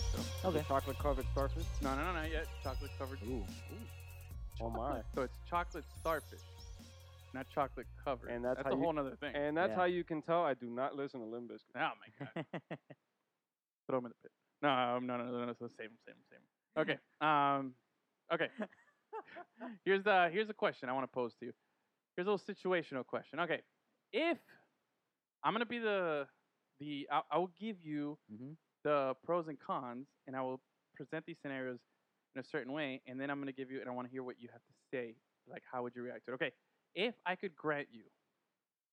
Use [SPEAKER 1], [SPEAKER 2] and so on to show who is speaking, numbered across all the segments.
[SPEAKER 1] uh, Okay.
[SPEAKER 2] chocolate covered starfish.
[SPEAKER 1] No, no, no, not yet. Chocolate covered.
[SPEAKER 2] Ooh. Oh my.
[SPEAKER 1] So it's chocolate starfish, not chocolate covered.
[SPEAKER 2] And that's
[SPEAKER 1] that's
[SPEAKER 2] how
[SPEAKER 1] a
[SPEAKER 2] you-
[SPEAKER 1] whole nother thing.
[SPEAKER 2] And that's
[SPEAKER 3] Yeah.
[SPEAKER 2] how you can tell I do not listen to Limp Bizkit.
[SPEAKER 1] oh my god. Throw him in the pit. No, um, no, no, no, no. So save him, save him, save him. Okay. Um, okay. here's the here's a question I want to pose to you. Here's a little situational question. Okay, if I'm gonna be the the I, I will give you
[SPEAKER 3] Mhm.
[SPEAKER 1] the pros and cons, and I will present these scenarios in a certain way, and then I'm gonna give you and I want to hear what you have to say. Like, how would you react to it? Okay, if I could grant you,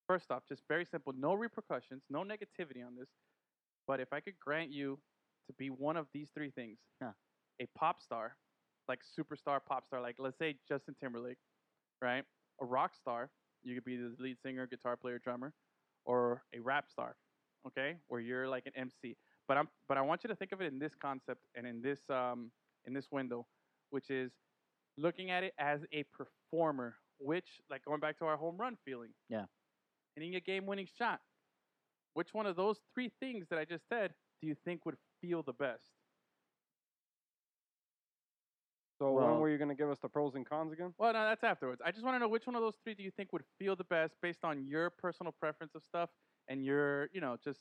[SPEAKER 1] first off, just very simple, no repercussions, no negativity on this. But if I could grant you to be one of these three things
[SPEAKER 3] Huh.
[SPEAKER 1] a pop star, like superstar pop star, like let's say Justin Timberlake, right? A rock star, you could be the lead singer, guitar player, drummer, or a rap star, okay? Where you're like an MC. But I'm but I want you to think of it in this concept and in this um, in this window, which is looking at it as a performer, which like going back to our home run feeling.
[SPEAKER 3] Yeah.
[SPEAKER 1] Hitting a game winning shot. Which one of those three things that I just said do you think would feel the best?
[SPEAKER 2] So
[SPEAKER 3] Well-
[SPEAKER 2] when were you gonna give us the pros and cons again?
[SPEAKER 1] Well, no, that's afterwards. I just want to know which one of those three do you think would feel the best based on your personal preference of stuff and your, you know, just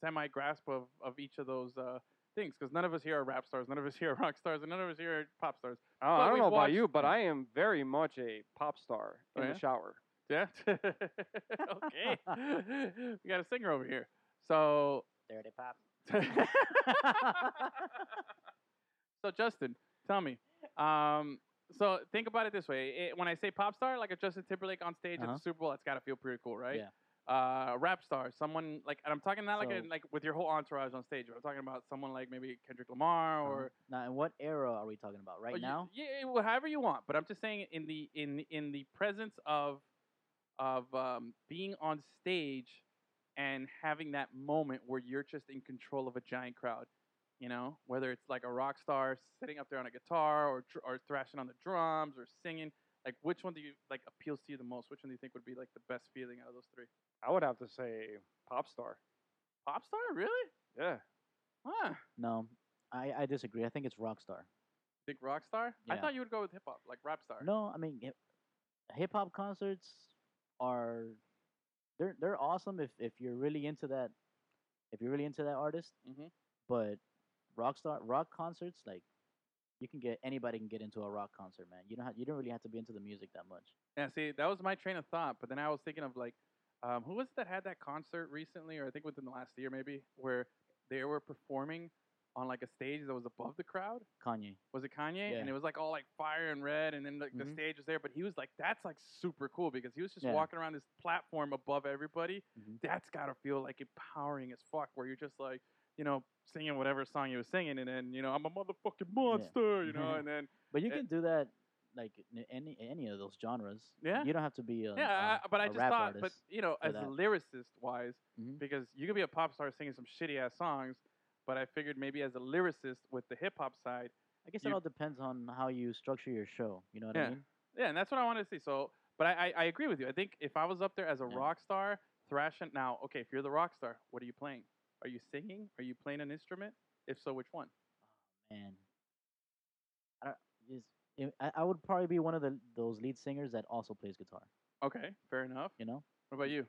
[SPEAKER 1] semi grasp of, of each of those uh, things. Because none of us here are rap stars, none of us here are rock stars, and none of us here are pop stars.
[SPEAKER 2] I- I don't
[SPEAKER 1] we've
[SPEAKER 2] know about
[SPEAKER 1] watched-
[SPEAKER 2] you,
[SPEAKER 3] Hmm.
[SPEAKER 2] but I am very much a pop star
[SPEAKER 1] Oh,
[SPEAKER 2] in
[SPEAKER 1] yeah?
[SPEAKER 2] the shower.
[SPEAKER 1] Yeah. okay. we got a singer over here. So.
[SPEAKER 3] Dirty pop.
[SPEAKER 1] so Justin, tell me. Um, so think about it this way: it, when I say pop star, like a Justin Timberlake on stage at
[SPEAKER 3] Uh-huh.
[SPEAKER 1] the Super Bowl, that's got to feel pretty cool, right?
[SPEAKER 3] Yeah.
[SPEAKER 1] Uh, a rap star, someone like, and I'm talking not like a,
[SPEAKER 3] So-
[SPEAKER 1] like with your whole entourage on stage. But I'm talking about someone like maybe Kendrick Lamar
[SPEAKER 3] Uh-huh.
[SPEAKER 1] or
[SPEAKER 3] now, in what era are we talking about? Right
[SPEAKER 1] or Oh, you-
[SPEAKER 3] now?
[SPEAKER 1] yeah, well, however you want. But I'm just saying in the in in the presence of of um, being on stage and having that moment where you're just in control of a giant crowd, you know, whether it's like a rock star sitting up there on a guitar or dr- or thrashing on the drums or singing. Like, which one do you like appeals to you the most? Which one do you think would be like the best feeling out of those three?
[SPEAKER 2] I would have to say pop star.
[SPEAKER 1] Pop star, really?
[SPEAKER 2] Yeah.
[SPEAKER 1] Huh?
[SPEAKER 3] No, I, I disagree. I think it's Rockstar.
[SPEAKER 1] Think rock star? I
[SPEAKER 3] Yeah.
[SPEAKER 1] thought you would go with hip hop, like rap star.
[SPEAKER 3] No, I mean hip hop concerts are they're they're awesome if if you're really into that if you're really into that artist.
[SPEAKER 1] Mhm.
[SPEAKER 3] But rock star rock concerts like you can get anybody can get into a rock concert, man. You don't have, you don't really have to be into the music that much.
[SPEAKER 1] Yeah, see, that was my train of thought, but then I was thinking of like, um, who was it that had that concert recently, or I think within the last year maybe, where they were performing on like a stage that was above the crowd?
[SPEAKER 3] Kanye.
[SPEAKER 1] Was it Kanye?
[SPEAKER 3] Yeah.
[SPEAKER 1] And it was like all like fire and red, and then like the
[SPEAKER 3] Mhm.
[SPEAKER 1] stage was there, but he was like, that's like super cool because he was just
[SPEAKER 3] Yeah.
[SPEAKER 1] walking around this platform above everybody.
[SPEAKER 3] Mhm.
[SPEAKER 1] That's gotta feel like empowering as fuck, where you're just like, you know, singing whatever song you was singing, and then you know, I'm a motherfucking monster, you know, and then
[SPEAKER 3] But you
[SPEAKER 1] Uh,
[SPEAKER 3] can do that like in any any of those genres.
[SPEAKER 1] Yeah.
[SPEAKER 3] You don't have to be a
[SPEAKER 1] Yeah, I,
[SPEAKER 3] a-
[SPEAKER 1] but I
[SPEAKER 3] a
[SPEAKER 1] just
[SPEAKER 3] rap
[SPEAKER 1] thought, but
[SPEAKER 3] artist.
[SPEAKER 1] you know,
[SPEAKER 3] for
[SPEAKER 1] as
[SPEAKER 3] that.
[SPEAKER 1] a lyricist wise,
[SPEAKER 3] Mhm.
[SPEAKER 1] because you could be a pop star singing some shitty ass songs, but I figured maybe as a lyricist with the hip hop side,
[SPEAKER 3] I guess
[SPEAKER 1] you-
[SPEAKER 3] it all depends on how you structure your show. You know what
[SPEAKER 1] Yeah.
[SPEAKER 3] I mean?
[SPEAKER 1] yeah, and that's what I wanted to see. So, but I, I, I agree with you. I think if I was up there as a
[SPEAKER 3] Yeah.
[SPEAKER 1] rock star thrashing, now, okay, if you're the rock star, what are you playing? Are you singing? Are you playing an instrument? If so, which one?
[SPEAKER 3] man. I don't. Is, eh, I, I would probably be one of the those lead singers that also plays guitar.
[SPEAKER 1] Okay, fair enough.
[SPEAKER 3] You know,
[SPEAKER 1] What about you?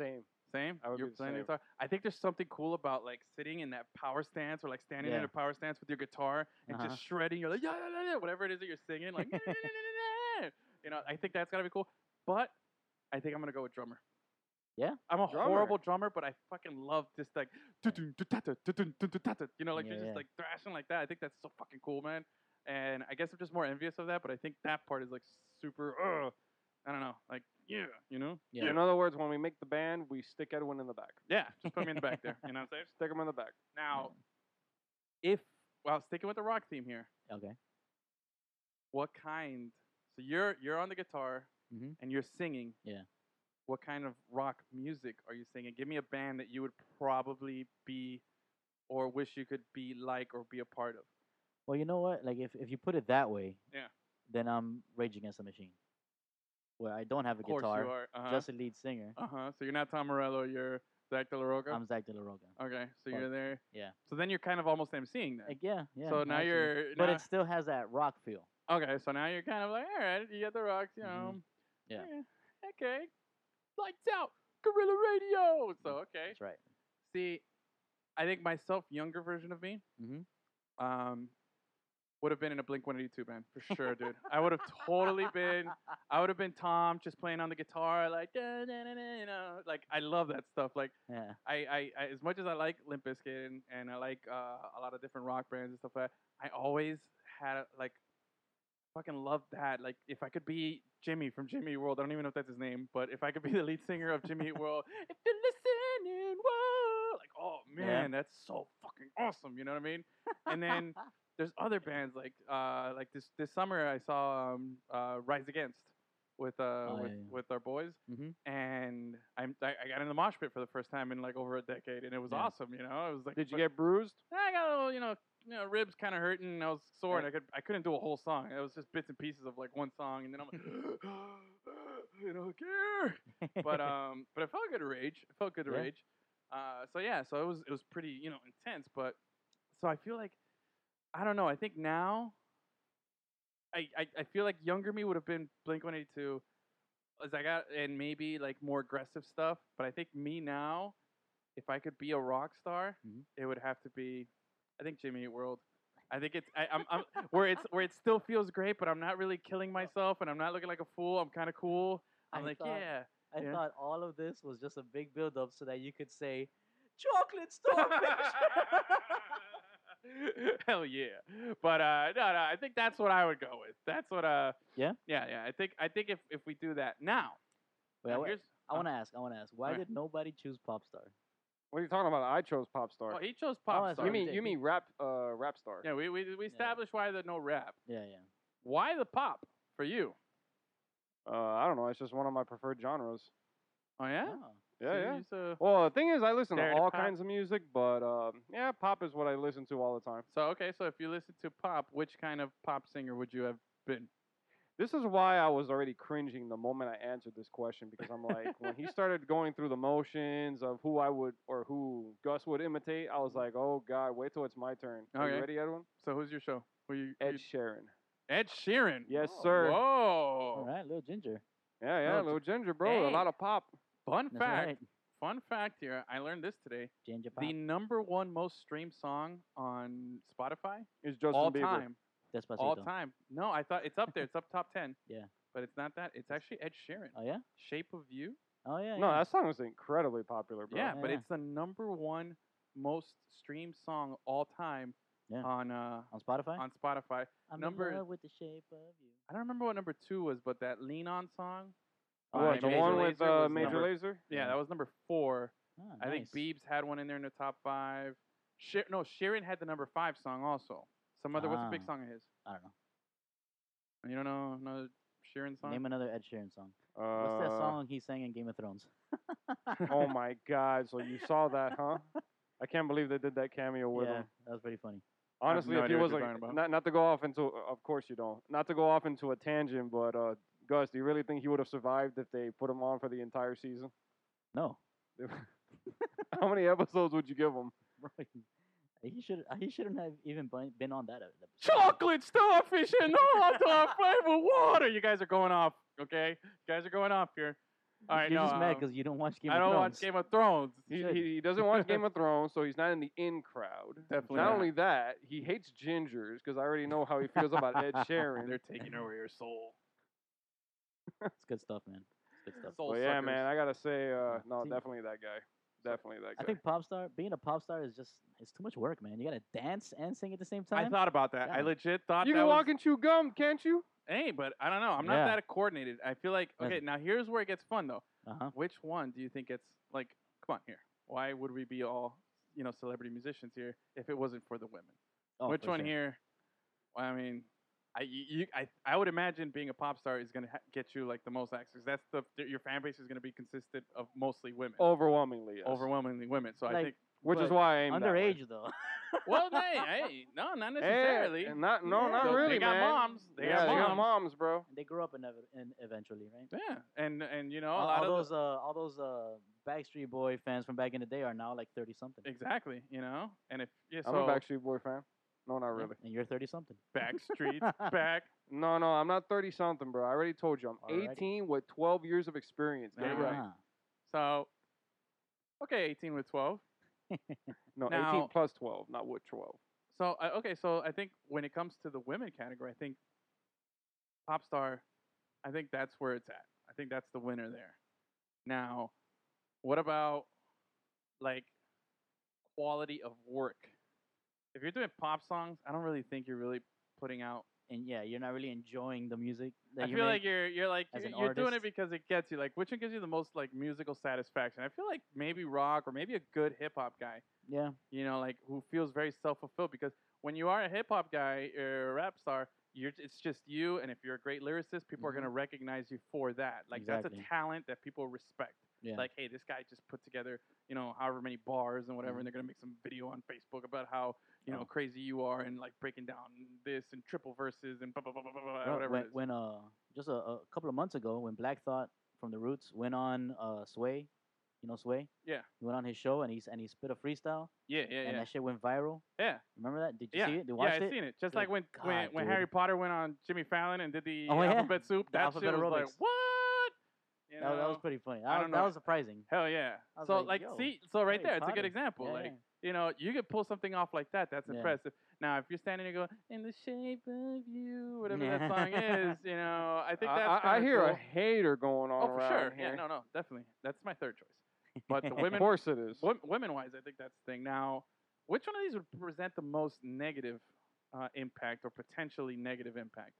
[SPEAKER 2] Same.
[SPEAKER 1] Same.
[SPEAKER 2] I would
[SPEAKER 1] You're
[SPEAKER 2] be the
[SPEAKER 1] playing the
[SPEAKER 2] same.
[SPEAKER 1] guitar. I think there's something cool about like sitting in that power stance or like standing in
[SPEAKER 3] Yeah.
[SPEAKER 1] a power stance with your guitar and
[SPEAKER 3] Uh-huh.
[SPEAKER 1] just shredding. You're like yeah, yeah, yeah, yeah, whatever it is that you're singing. Like you know, I think that's gotta be cool. But I think I'm gonna go with drummer.
[SPEAKER 3] Yeah?
[SPEAKER 1] I'm a
[SPEAKER 2] Drummer.
[SPEAKER 1] horrible drummer, but I fucking love just like dun-dun, dun-dun, dun-dun, dun-dun, dun-dun. you know, like
[SPEAKER 3] Yeah,
[SPEAKER 1] you're
[SPEAKER 3] yeah.
[SPEAKER 1] just like thrashing like that. I think that's so fucking cool, man. And I guess I'm just more envious of that, but I think that part is like super. Uh, I don't know, like yeah, you know,
[SPEAKER 3] Yeah.
[SPEAKER 2] In other words, when we make the band, we stick Edwin in the back.
[SPEAKER 1] yeah. Just put me in the back there. You know what I'm saying?
[SPEAKER 2] Stick him in the back.
[SPEAKER 1] Now, if well, sticking with the rock theme here,
[SPEAKER 3] okay.
[SPEAKER 1] what kind? So you're you're on the guitar
[SPEAKER 3] Mhm.
[SPEAKER 1] and you're singing.
[SPEAKER 3] Yeah.
[SPEAKER 1] What kind of rock music are you singing? Give me a band that you would probably be, or wish you could be like or be a part of.
[SPEAKER 3] Well, you know what? Like if, if you put it that way,
[SPEAKER 1] Yeah.
[SPEAKER 3] Then I'm Rage Against the Machine, where I don't have a
[SPEAKER 1] Of course
[SPEAKER 3] guitar,
[SPEAKER 1] you are. Oh, Uh-huh. Uh huh.
[SPEAKER 3] just a lead singer.
[SPEAKER 1] Uh huh. So you're not Tom Morello. You're Zach De La Roca?
[SPEAKER 3] I'm Zach De La Roca.
[SPEAKER 1] okay, so
[SPEAKER 3] fuck.
[SPEAKER 1] you're there.
[SPEAKER 3] Yeah.
[SPEAKER 1] So then you're kind of almost emceeing
[SPEAKER 3] Like,
[SPEAKER 1] that.
[SPEAKER 3] yeah, yeah.
[SPEAKER 1] so now
[SPEAKER 3] actually.
[SPEAKER 1] you're.
[SPEAKER 3] But
[SPEAKER 1] now-
[SPEAKER 3] it still has that rock feel.
[SPEAKER 1] okay, so now you're kind of like, all right, you get the rocks, you
[SPEAKER 3] Mhm.
[SPEAKER 1] know.
[SPEAKER 3] Yeah.
[SPEAKER 1] Okay. Lights out. Gorilla Radio. So okay.
[SPEAKER 3] That's right.
[SPEAKER 1] See, I think myself, younger version of me,
[SPEAKER 3] Mhm.
[SPEAKER 1] um, would have been in a Blink 182 band for sure, dude. I would have totally been. I would have been Tom, just playing on the guitar, like da, da, da, da, you know, like I love that stuff. Like
[SPEAKER 3] Yeah.
[SPEAKER 1] I, I, I as much as I like Limp Bizkit and, and I like uh, a lot of different rock bands and stuff like that, I always had like fucking loved that. Like if I could be Jimmy from Jimmy Eat World, I don't even know if that's his name, but if I could be the lead singer of Jimmy Eat World, if you're listening, whoa, like oh
[SPEAKER 3] Yeah.
[SPEAKER 1] man, that's so fucking awesome. You know what I mean? And then there's other bands like uh like this this summer I saw um uh Rise Against with uh
[SPEAKER 3] yeah,
[SPEAKER 1] with,
[SPEAKER 3] Oh, yeah.
[SPEAKER 1] with our boys
[SPEAKER 3] Mhm.
[SPEAKER 1] and I'm I, I got in the mosh pit for the first time in like over a decade and it was
[SPEAKER 3] Yeah.
[SPEAKER 1] awesome you know it was like
[SPEAKER 2] Did you
[SPEAKER 1] fuck-
[SPEAKER 2] get bruised?
[SPEAKER 1] I got a little you know you know ribs kind of hurting and I was sore and I could I couldn't do a whole song it was just bits and pieces of like one song and then I'm like you know care but um, but it felt good to rage. It felt good to
[SPEAKER 3] Yeah.
[SPEAKER 1] rage. Uh, so yeah, so it was it was pretty you know intense. But so I feel like I don't know. I think now I I, I feel like younger me would have been Blink One Eighty Two, as I got and maybe like more aggressive stuff. But I think me now, if I could be a rock star,
[SPEAKER 3] Mhm.
[SPEAKER 1] it would have to be I think Jimmy Eat World. I think it's I, I'm, I'm where it's where it still feels great, but I'm not really killing myself, and I'm not looking like a fool. I'm kind of cool. I'm
[SPEAKER 3] I
[SPEAKER 1] like,
[SPEAKER 3] thought-
[SPEAKER 1] yeah,
[SPEAKER 3] I
[SPEAKER 1] Yeah.
[SPEAKER 3] thought all of this was just a big build up so that you could say, "Chocolate starfish."
[SPEAKER 1] Hell yeah. But uh no no, I think that's what I would go with. That's what uh
[SPEAKER 3] Yeah?
[SPEAKER 1] Yeah, yeah. I think I think if, if we do that now, now
[SPEAKER 3] Well,
[SPEAKER 1] here's uh,
[SPEAKER 3] I want to ask. I want to ask. Why
[SPEAKER 1] Okay.
[SPEAKER 3] did nobody choose Popstar?
[SPEAKER 2] What are you talking about? I chose pop star.
[SPEAKER 1] oh, he chose pop
[SPEAKER 3] that's
[SPEAKER 1] star.
[SPEAKER 2] you
[SPEAKER 3] sorry.
[SPEAKER 2] mean
[SPEAKER 3] Did
[SPEAKER 2] you
[SPEAKER 3] he?
[SPEAKER 2] mean rap uh rap star?
[SPEAKER 1] yeah, we we, we established why the no rap.
[SPEAKER 3] Yeah, yeah.
[SPEAKER 1] Why the pop for you?
[SPEAKER 2] Uh, I don't know. It's just one of my preferred genres.
[SPEAKER 1] Oh yeah?
[SPEAKER 3] Oh.
[SPEAKER 2] Yeah,
[SPEAKER 1] So you
[SPEAKER 2] yeah.
[SPEAKER 1] use, uh,
[SPEAKER 2] Well, the thing is, I listen
[SPEAKER 1] There
[SPEAKER 2] to
[SPEAKER 1] to
[SPEAKER 2] all
[SPEAKER 1] pop.
[SPEAKER 2] kinds of music, but um, yeah, pop is what I listen to all the time.
[SPEAKER 1] so okay, so if you listen to pop, which kind of pop singer would you have been?
[SPEAKER 2] This is why I was already cringing the moment I answered this question because I'm like, when he started going through the motions of who I would or who Gus would imitate, I was like, oh god, wait till it's my turn. Are
[SPEAKER 1] Mm-hmm. Okay.
[SPEAKER 2] you ready, Edwin?
[SPEAKER 1] So who's your show? Who you you-
[SPEAKER 2] Ed Sheeran.
[SPEAKER 1] Ed Sheeran.
[SPEAKER 2] Yes,
[SPEAKER 3] Oh,
[SPEAKER 2] sir.
[SPEAKER 1] Whoa.
[SPEAKER 3] All right, little ginger.
[SPEAKER 2] Yeah, yeah,
[SPEAKER 1] No,
[SPEAKER 2] little ginger, bro.
[SPEAKER 1] Hey.
[SPEAKER 2] A lot of pop.
[SPEAKER 1] Fun
[SPEAKER 3] That's
[SPEAKER 1] fact.
[SPEAKER 3] right.
[SPEAKER 1] Fun fact here. I learned this today.
[SPEAKER 3] Ginger pop.
[SPEAKER 1] the number one most streamed song on Spotify
[SPEAKER 2] Is Justin
[SPEAKER 1] all
[SPEAKER 2] Bieber.
[SPEAKER 1] time.
[SPEAKER 3] Despacito.
[SPEAKER 1] All time. No, I thought it's up there. It's up top ten.
[SPEAKER 3] Yeah.
[SPEAKER 1] But it's not that. It's actually Ed Sheeran.
[SPEAKER 3] Oh yeah.
[SPEAKER 1] Shape of You.
[SPEAKER 3] Oh yeah.
[SPEAKER 2] No,
[SPEAKER 3] yeah.
[SPEAKER 2] that song was incredibly popular, bro.
[SPEAKER 1] Yeah, but
[SPEAKER 3] Yeah.
[SPEAKER 1] it's the number one most streamed song all time
[SPEAKER 3] Yeah.
[SPEAKER 1] on uh
[SPEAKER 3] on Spotify.
[SPEAKER 1] on Spotify.
[SPEAKER 3] I'm
[SPEAKER 1] number-
[SPEAKER 3] in love with the shape of you.
[SPEAKER 1] I don't remember what number two was, but that Lean On song.
[SPEAKER 3] Oh,
[SPEAKER 2] What,
[SPEAKER 1] by
[SPEAKER 2] the
[SPEAKER 1] Major
[SPEAKER 2] one with
[SPEAKER 1] Lazer
[SPEAKER 2] uh,
[SPEAKER 1] was
[SPEAKER 2] Major
[SPEAKER 1] number-
[SPEAKER 2] Laser?
[SPEAKER 1] Yeah, that was number four.
[SPEAKER 3] Ah,
[SPEAKER 1] I think
[SPEAKER 3] nice.
[SPEAKER 1] Biebs had one in there in the top five. She- no, Sheeran had the number five song also. Some other what's a big
[SPEAKER 3] Ah.
[SPEAKER 1] song of his?
[SPEAKER 3] I don't know.
[SPEAKER 1] You don't know another Sheeran song?
[SPEAKER 3] Name another Ed Sheeran song.
[SPEAKER 2] Uh,
[SPEAKER 3] What's that song he sang in Game of Thrones?
[SPEAKER 2] oh my God! So you saw that, huh? I can't believe they did that cameo with
[SPEAKER 3] yeah,
[SPEAKER 2] him.
[SPEAKER 3] that was pretty funny.
[SPEAKER 1] have
[SPEAKER 2] Honestly,
[SPEAKER 1] no
[SPEAKER 2] if he
[SPEAKER 1] idea what
[SPEAKER 2] was
[SPEAKER 1] you're
[SPEAKER 2] like,
[SPEAKER 1] talking about.
[SPEAKER 2] not not to go off into, of course you don't, not to go off into a tangent, but uh, Gus, do you really think he would have survived if they put him on for the entire season?
[SPEAKER 3] No,
[SPEAKER 2] How many episodes would you give him?
[SPEAKER 3] right. He should. He shouldn't have even been- been on that episode.
[SPEAKER 1] chocolate starfish and hot dog flavored water. You guys are going off, okay? You guys are going off here. All right,
[SPEAKER 3] You're
[SPEAKER 1] no,
[SPEAKER 3] just mad
[SPEAKER 1] um,
[SPEAKER 3] because you don't watch Game
[SPEAKER 1] I
[SPEAKER 3] of
[SPEAKER 1] don't
[SPEAKER 3] Thrones.
[SPEAKER 1] watch Game of Thrones.
[SPEAKER 2] He,
[SPEAKER 3] Should.
[SPEAKER 2] he, he doesn't watch Game of Thrones, so he's not in the in crowd.
[SPEAKER 1] Definitely
[SPEAKER 2] Not
[SPEAKER 1] not.
[SPEAKER 2] only that, he hates gingers because I already know how he feels about Ed Sheeran.
[SPEAKER 1] They're taking over your soul.
[SPEAKER 3] It's good stuff, man. It's good stuff.
[SPEAKER 1] soul
[SPEAKER 2] But yeah,
[SPEAKER 1] suckers.
[SPEAKER 2] man, I gotta say, uh, no,
[SPEAKER 3] See-
[SPEAKER 2] definitely that guy. Definitely that guy.
[SPEAKER 3] I think pop star being a pop star is just it's too much work, man. You gotta dance and sing at the same
[SPEAKER 1] I
[SPEAKER 3] time.
[SPEAKER 1] thought about that. I
[SPEAKER 3] Yeah.
[SPEAKER 1] legit thought
[SPEAKER 2] you
[SPEAKER 1] that
[SPEAKER 2] can
[SPEAKER 1] was,
[SPEAKER 2] walk and chew gum, can't you?
[SPEAKER 1] hey, but I don't know. I'm not
[SPEAKER 3] Yeah.
[SPEAKER 1] that coordinated. I feel like
[SPEAKER 3] Yeah.
[SPEAKER 1] okay. Now here's where it gets fun though.
[SPEAKER 3] uh-huh.
[SPEAKER 1] Which one do you think it's like? Come on here. Why would we be all you know celebrity musicians here if it wasn't for the women?
[SPEAKER 3] Oh,
[SPEAKER 1] Which
[SPEAKER 3] for
[SPEAKER 1] one
[SPEAKER 3] sure.
[SPEAKER 1] here? Well, I mean, I you, you- I I would imagine being a pop star is gonna ha- get you like the most access. That's the your fan base is gonna be consisted of mostly women,
[SPEAKER 2] Overwhelmingly, yes.
[SPEAKER 1] overwhelmingly women. So I
[SPEAKER 3] Oh, Like,
[SPEAKER 1] think
[SPEAKER 2] Which is
[SPEAKER 3] but
[SPEAKER 2] why I aim
[SPEAKER 3] Underage though.
[SPEAKER 1] well, no, hey, no, not
[SPEAKER 2] That way.
[SPEAKER 1] necessarily.
[SPEAKER 2] Eh, not no,
[SPEAKER 3] Yeah.
[SPEAKER 2] not
[SPEAKER 1] So
[SPEAKER 2] really,
[SPEAKER 1] They got
[SPEAKER 2] man.
[SPEAKER 1] moms. They
[SPEAKER 2] yeah,
[SPEAKER 1] got
[SPEAKER 2] they
[SPEAKER 1] moms.
[SPEAKER 2] got moms, bro.
[SPEAKER 3] they grow up in, ev- in eventually, right?
[SPEAKER 1] Yeah, and and you know a
[SPEAKER 3] all,
[SPEAKER 1] lot
[SPEAKER 3] all
[SPEAKER 1] of
[SPEAKER 3] those uh, all those uh, Backstreet Boy fans from back in the day are now like thirty something,
[SPEAKER 1] the, exactly, you know, and if yeah, so
[SPEAKER 2] I'm a Backstreet Boy fan. No, not really.
[SPEAKER 3] and you're thirty something.
[SPEAKER 1] Backstreet back.
[SPEAKER 2] No, no, I'm not 30 something, bro. I already told you, I'm
[SPEAKER 3] Alrighty.
[SPEAKER 2] 18 with 12 years of experience. Get it
[SPEAKER 1] Yeah.
[SPEAKER 3] Uh-huh.
[SPEAKER 2] right.
[SPEAKER 1] So okay, eighteen with twelve.
[SPEAKER 2] No,
[SPEAKER 1] Now-
[SPEAKER 2] 18 plus 12, not with 12.
[SPEAKER 1] So I okay, so I think when it comes to the women category, I think pop star, I think that's where it's at. I think that's the winner there. Now, what about like quality of work? If you're doing pop songs, I don't really think you're really putting out.
[SPEAKER 3] and yeah, you're not really enjoying the music. That
[SPEAKER 1] I
[SPEAKER 3] you
[SPEAKER 1] feel
[SPEAKER 3] make.
[SPEAKER 1] like you're you're like
[SPEAKER 3] as
[SPEAKER 1] you're,
[SPEAKER 3] an
[SPEAKER 1] you're doing it
[SPEAKER 3] artist.
[SPEAKER 1] because it gets you. Like which one gives you the most like musical satisfaction? I feel like maybe rock or maybe a good hip hop guy
[SPEAKER 3] yeah,
[SPEAKER 1] you know, like who feels very self fulfilled because when you are a hip hop guy or a rap star, you're it's just you, and if you're a great lyricist, people are
[SPEAKER 3] Mhm.
[SPEAKER 1] gonna recognize you for that. Like
[SPEAKER 3] Exactly.
[SPEAKER 1] that's a talent that people respect.
[SPEAKER 3] Yeah.
[SPEAKER 1] Like, hey, this guy just put together, you know, however many bars and whatever,
[SPEAKER 3] Mhm.
[SPEAKER 1] and they're gonna make some video on Facebook about how you know
[SPEAKER 3] Oh.
[SPEAKER 1] crazy you are and like breaking down this and triple verses and blah blah blah blah blah, blah
[SPEAKER 3] Well,
[SPEAKER 1] whatever.
[SPEAKER 3] when,
[SPEAKER 1] it is.
[SPEAKER 3] when uh just a, a couple of months ago when Black Thought from the Roots went on uh Sway, you know Sway.
[SPEAKER 1] Yeah.
[SPEAKER 3] He went on his show and he's and he spit a freestyle
[SPEAKER 1] yeah, yeah,
[SPEAKER 3] and
[SPEAKER 1] yeah.
[SPEAKER 3] that shit went viral.
[SPEAKER 1] Yeah.
[SPEAKER 3] Remember that? Did you
[SPEAKER 1] yeah,
[SPEAKER 3] see it? Did you watch
[SPEAKER 1] yeah, I
[SPEAKER 3] it?
[SPEAKER 1] seen it. Just
[SPEAKER 3] You're
[SPEAKER 1] like when
[SPEAKER 3] like,
[SPEAKER 1] when,
[SPEAKER 3] "God,
[SPEAKER 1] when
[SPEAKER 3] dude."
[SPEAKER 1] Harry Potter went on Jimmy Fallon and did the
[SPEAKER 3] Oh, yeah.
[SPEAKER 1] alphabet soup.
[SPEAKER 3] The
[SPEAKER 1] That shit
[SPEAKER 3] alphabet
[SPEAKER 1] was like
[SPEAKER 3] aerobics.
[SPEAKER 1] what? You
[SPEAKER 3] That, was- that was
[SPEAKER 1] know?
[SPEAKER 3] pretty funny.
[SPEAKER 1] I
[SPEAKER 3] That, was-
[SPEAKER 1] don't
[SPEAKER 3] that
[SPEAKER 1] know.
[SPEAKER 3] was surprising.
[SPEAKER 1] Hell yeah.
[SPEAKER 3] I was
[SPEAKER 1] So
[SPEAKER 3] like,
[SPEAKER 1] like,
[SPEAKER 3] "Yo,
[SPEAKER 1] see, so right
[SPEAKER 3] Harry
[SPEAKER 1] there, it's a good
[SPEAKER 3] Potter."
[SPEAKER 1] example.
[SPEAKER 3] Yeah,
[SPEAKER 1] like,
[SPEAKER 3] yeah.
[SPEAKER 1] you know, you could pull something off like that. That's
[SPEAKER 3] Yeah.
[SPEAKER 1] impressive. Now, if you're standing and go, in the shape of you, whatever that song
[SPEAKER 3] Yeah.
[SPEAKER 1] is, you know, I think
[SPEAKER 2] I,
[SPEAKER 1] that's
[SPEAKER 2] I- I
[SPEAKER 1] kinda
[SPEAKER 2] hear
[SPEAKER 1] cool.
[SPEAKER 2] a hater going on
[SPEAKER 1] oh for
[SPEAKER 2] around
[SPEAKER 1] sure.
[SPEAKER 2] here.
[SPEAKER 1] Yeah, no, no, definitely. That's my third choice. But the
[SPEAKER 2] Of
[SPEAKER 1] women,
[SPEAKER 2] course it is.
[SPEAKER 1] women wise, I think that's the thing. Now, which one of these would present the most negative uh, impact or potentially negative impact?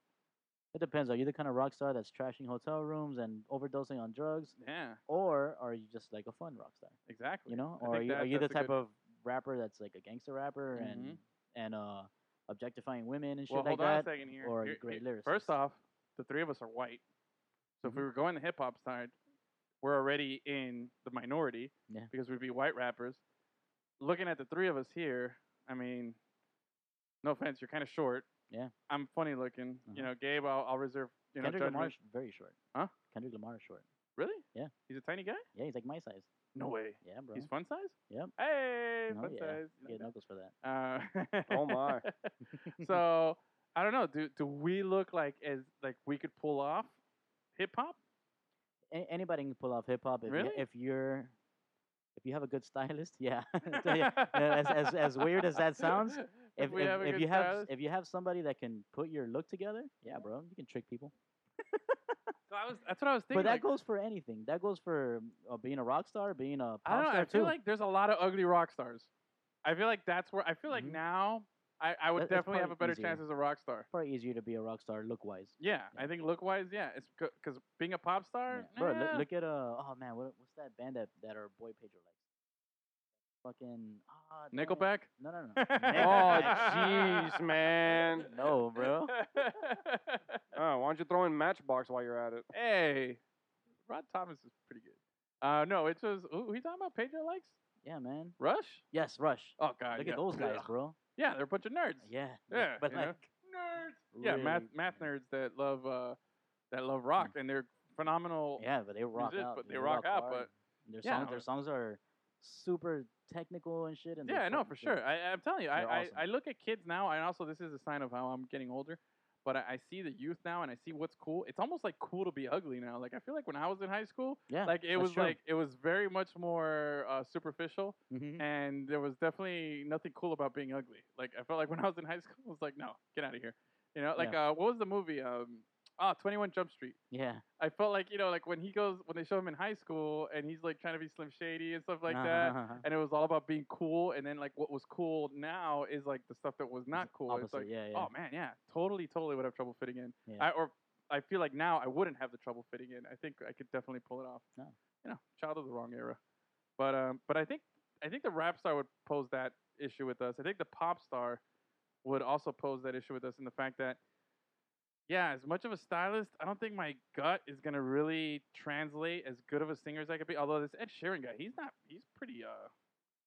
[SPEAKER 3] It depends. Are you the kind of rock star that's trashing hotel rooms and overdosing on drugs,
[SPEAKER 1] Yeah,
[SPEAKER 3] or are you just like a fun rock star?
[SPEAKER 1] exactly.
[SPEAKER 3] You know,
[SPEAKER 1] I
[SPEAKER 3] or are
[SPEAKER 1] think
[SPEAKER 3] you,
[SPEAKER 1] that-
[SPEAKER 3] are you the
[SPEAKER 1] that's a
[SPEAKER 3] type
[SPEAKER 1] good- Mm-hmm.
[SPEAKER 3] of rapper that's like a gangster rapper and and uh objectifying women and shit
[SPEAKER 1] Well,
[SPEAKER 3] like
[SPEAKER 1] hold on
[SPEAKER 3] that?
[SPEAKER 1] a second here.
[SPEAKER 3] or a
[SPEAKER 1] Here-
[SPEAKER 3] great Mm-hmm.
[SPEAKER 1] here- First
[SPEAKER 3] lyricist.
[SPEAKER 1] off, the three of us are white. So if we were going the hip hop side, we're already in the minority
[SPEAKER 3] Yeah.
[SPEAKER 1] because we'd be white rappers. Looking at the three of us here, I mean, no offense, you're kind of short.
[SPEAKER 3] Yeah. Uh-huh.
[SPEAKER 1] I'm funny looking. You know, Gabe, I'll, I'll reserve. You know,
[SPEAKER 3] Kendrick
[SPEAKER 1] judgment.
[SPEAKER 3] Lamar's very short.
[SPEAKER 1] Huh?
[SPEAKER 3] Kendrick Lamar is short.
[SPEAKER 1] Really?
[SPEAKER 3] Yeah.
[SPEAKER 1] He's a tiny guy.
[SPEAKER 3] Yeah, he's like my size.
[SPEAKER 1] No way.
[SPEAKER 3] Yeah, bro.
[SPEAKER 1] He's fun size.
[SPEAKER 3] Yep.
[SPEAKER 1] Hey,
[SPEAKER 3] No,
[SPEAKER 1] fun
[SPEAKER 3] yeah.
[SPEAKER 1] size.
[SPEAKER 3] You get knuckles for that.
[SPEAKER 1] Uh,
[SPEAKER 2] Oh, my.
[SPEAKER 1] so I don't know. Do do we look like as like we could pull off hip hop?
[SPEAKER 3] A- anybody can pull off hip hop if
[SPEAKER 1] Really?
[SPEAKER 3] you, if you're if you have a good stylist. Yeah. Yeah, as, as as weird as that sounds, if,
[SPEAKER 1] we
[SPEAKER 3] if,
[SPEAKER 1] have a
[SPEAKER 3] if
[SPEAKER 1] good
[SPEAKER 3] you have
[SPEAKER 1] stylist.
[SPEAKER 3] if you have somebody that can put your look together, yeah, bro, you can trick people.
[SPEAKER 1] So I was, that's what I was thinking.
[SPEAKER 3] but that
[SPEAKER 1] like,
[SPEAKER 3] goes for anything. That goes for uh, being a rock star, being a pop
[SPEAKER 1] I don't know.
[SPEAKER 3] star
[SPEAKER 1] I feel
[SPEAKER 3] too.
[SPEAKER 1] like there's a lot of ugly rock stars. I feel like that's where I feel like
[SPEAKER 3] Mhm.
[SPEAKER 1] now I, I would
[SPEAKER 3] That- that's
[SPEAKER 1] definitely have
[SPEAKER 3] probably
[SPEAKER 1] a better
[SPEAKER 3] easier.
[SPEAKER 1] chance as a rock star.
[SPEAKER 3] Probably easier to be a rock star look wise.
[SPEAKER 1] Yeah,
[SPEAKER 3] Yeah.
[SPEAKER 1] I think look wise, yeah, it's because being a pop star, eh.
[SPEAKER 3] Bro,
[SPEAKER 1] nah.
[SPEAKER 3] look, look at uh oh man, what, what's that band that, that our boy Pedro likes? Fucking ah, damn it.
[SPEAKER 1] Nickelback.
[SPEAKER 3] No, no, no.
[SPEAKER 2] oh,
[SPEAKER 1] Nickelback.
[SPEAKER 2] jeez, man.
[SPEAKER 3] No, bro.
[SPEAKER 2] Oh, why don't you throw in Matchbox while you're at it?
[SPEAKER 1] hey, Rod Thomas is pretty good. Uh, no, it was who who you talking about? Pedro likes
[SPEAKER 3] Yeah, man.
[SPEAKER 1] Rush.
[SPEAKER 3] Yes, Rush.
[SPEAKER 1] Oh God,
[SPEAKER 3] Look
[SPEAKER 1] yeah.
[SPEAKER 3] at those guys, bro.
[SPEAKER 1] Yeah, they're a bunch of nerds.
[SPEAKER 3] Yeah.
[SPEAKER 1] Yeah,
[SPEAKER 3] But
[SPEAKER 1] you know?
[SPEAKER 3] like,
[SPEAKER 1] nerds. Yeah, math
[SPEAKER 3] really- Hmm.
[SPEAKER 1] math nerds that love uh, that love rock, and they're phenomenal.
[SPEAKER 3] yeah, but they rock
[SPEAKER 1] is,
[SPEAKER 3] out.
[SPEAKER 1] but
[SPEAKER 3] dude.
[SPEAKER 1] they rock out,
[SPEAKER 3] hard.
[SPEAKER 1] but-
[SPEAKER 3] And their
[SPEAKER 1] yeah,
[SPEAKER 3] songs, their songs are super technical and shit. And they're
[SPEAKER 1] Yeah, I know
[SPEAKER 3] fucking
[SPEAKER 1] for
[SPEAKER 3] good.
[SPEAKER 1] sure. I, I'm telling you, I,
[SPEAKER 3] They're
[SPEAKER 1] I,
[SPEAKER 3] awesome.
[SPEAKER 1] I look at kids now, and also this is a sign of how I'm getting older. But I, I see the youth now, and I see what's cool. It's almost like cool to be ugly now. Like I feel like when I was in high school,
[SPEAKER 3] Yeah,
[SPEAKER 1] like it
[SPEAKER 3] that's
[SPEAKER 1] was
[SPEAKER 3] true.
[SPEAKER 1] like it was very much more uh, superficial,
[SPEAKER 3] Mhm.
[SPEAKER 1] and there was definitely nothing cool about being ugly. Like I felt like when I was in high school, I was like, no, get out of here. You know, like uh, what was the movie? Um, ah, 21 Jump Street.
[SPEAKER 3] yeah,
[SPEAKER 1] I felt like you know, like when he goes, when they show him in high school, and he's like trying to be Slim Shady and stuff like
[SPEAKER 3] Uh-huh,
[SPEAKER 1] that, and it was all about being cool. And then like what was cool now is like the stuff that was not cool.
[SPEAKER 3] Opposite,
[SPEAKER 1] It's like,
[SPEAKER 3] yeah, yeah.
[SPEAKER 1] oh man, yeah, totally, totally would have trouble fitting in.
[SPEAKER 3] Yeah.
[SPEAKER 1] I, or I feel like now I wouldn't have the trouble fitting in. I think I could definitely pull it off.
[SPEAKER 3] No.
[SPEAKER 1] You know, child of the wrong era. But um, but I think I think the rap star would pose that issue with us. I think the pop star would also pose that issue with us in the fact that yeah, as much of a stylist, I don't think my gut is gonna really translate as good of a singer as I could be. Although this Ed Sheeran guy, he's not. He's pretty. Uh,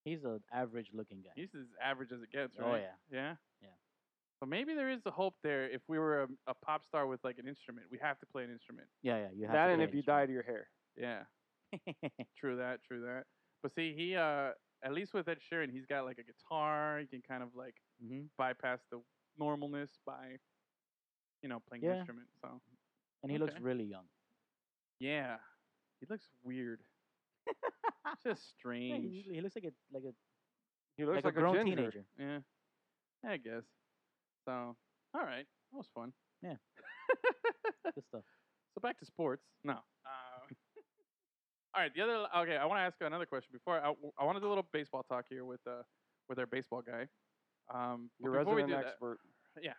[SPEAKER 3] He's an average looking guy.
[SPEAKER 1] he's as average as it gets,
[SPEAKER 3] Oh
[SPEAKER 1] right?
[SPEAKER 3] yeah.
[SPEAKER 1] Yeah.
[SPEAKER 3] Yeah.
[SPEAKER 1] So maybe there is a hope there. If we were a, a pop star with like an instrument, we have to play an instrument.
[SPEAKER 3] Yeah, yeah. You have
[SPEAKER 2] That
[SPEAKER 3] to
[SPEAKER 2] and
[SPEAKER 3] play
[SPEAKER 2] if you
[SPEAKER 3] instrument.
[SPEAKER 2] dyed your hair.
[SPEAKER 1] Yeah. True that. True that. But see, he uh, at least with Ed Sheeran, he's got like a guitar. He can kind of like
[SPEAKER 2] Mm-hmm.
[SPEAKER 3] Mhm.
[SPEAKER 1] bypass the normalness by, you know, playing an
[SPEAKER 3] Yeah.
[SPEAKER 1] instrument. So
[SPEAKER 3] And he looks
[SPEAKER 1] Okay.
[SPEAKER 3] really young.
[SPEAKER 1] yeah, he looks weird. Just
[SPEAKER 3] Yeah, he,
[SPEAKER 1] strange.
[SPEAKER 3] l- he looks like a like a
[SPEAKER 2] He looks
[SPEAKER 3] like,
[SPEAKER 2] like,
[SPEAKER 3] a grown
[SPEAKER 2] ginger.
[SPEAKER 3] teenager.
[SPEAKER 1] Yeah. I guess. So all right, that was fun.
[SPEAKER 3] Good stuff.
[SPEAKER 1] So back to sports. No. Uh, all right. The other. Okay. I want to ask another question before I, I want to do a little baseball talk here with uh with our baseball guy. Um, but
[SPEAKER 2] Your
[SPEAKER 1] before we
[SPEAKER 2] resident
[SPEAKER 1] do
[SPEAKER 2] expert.
[SPEAKER 1] that,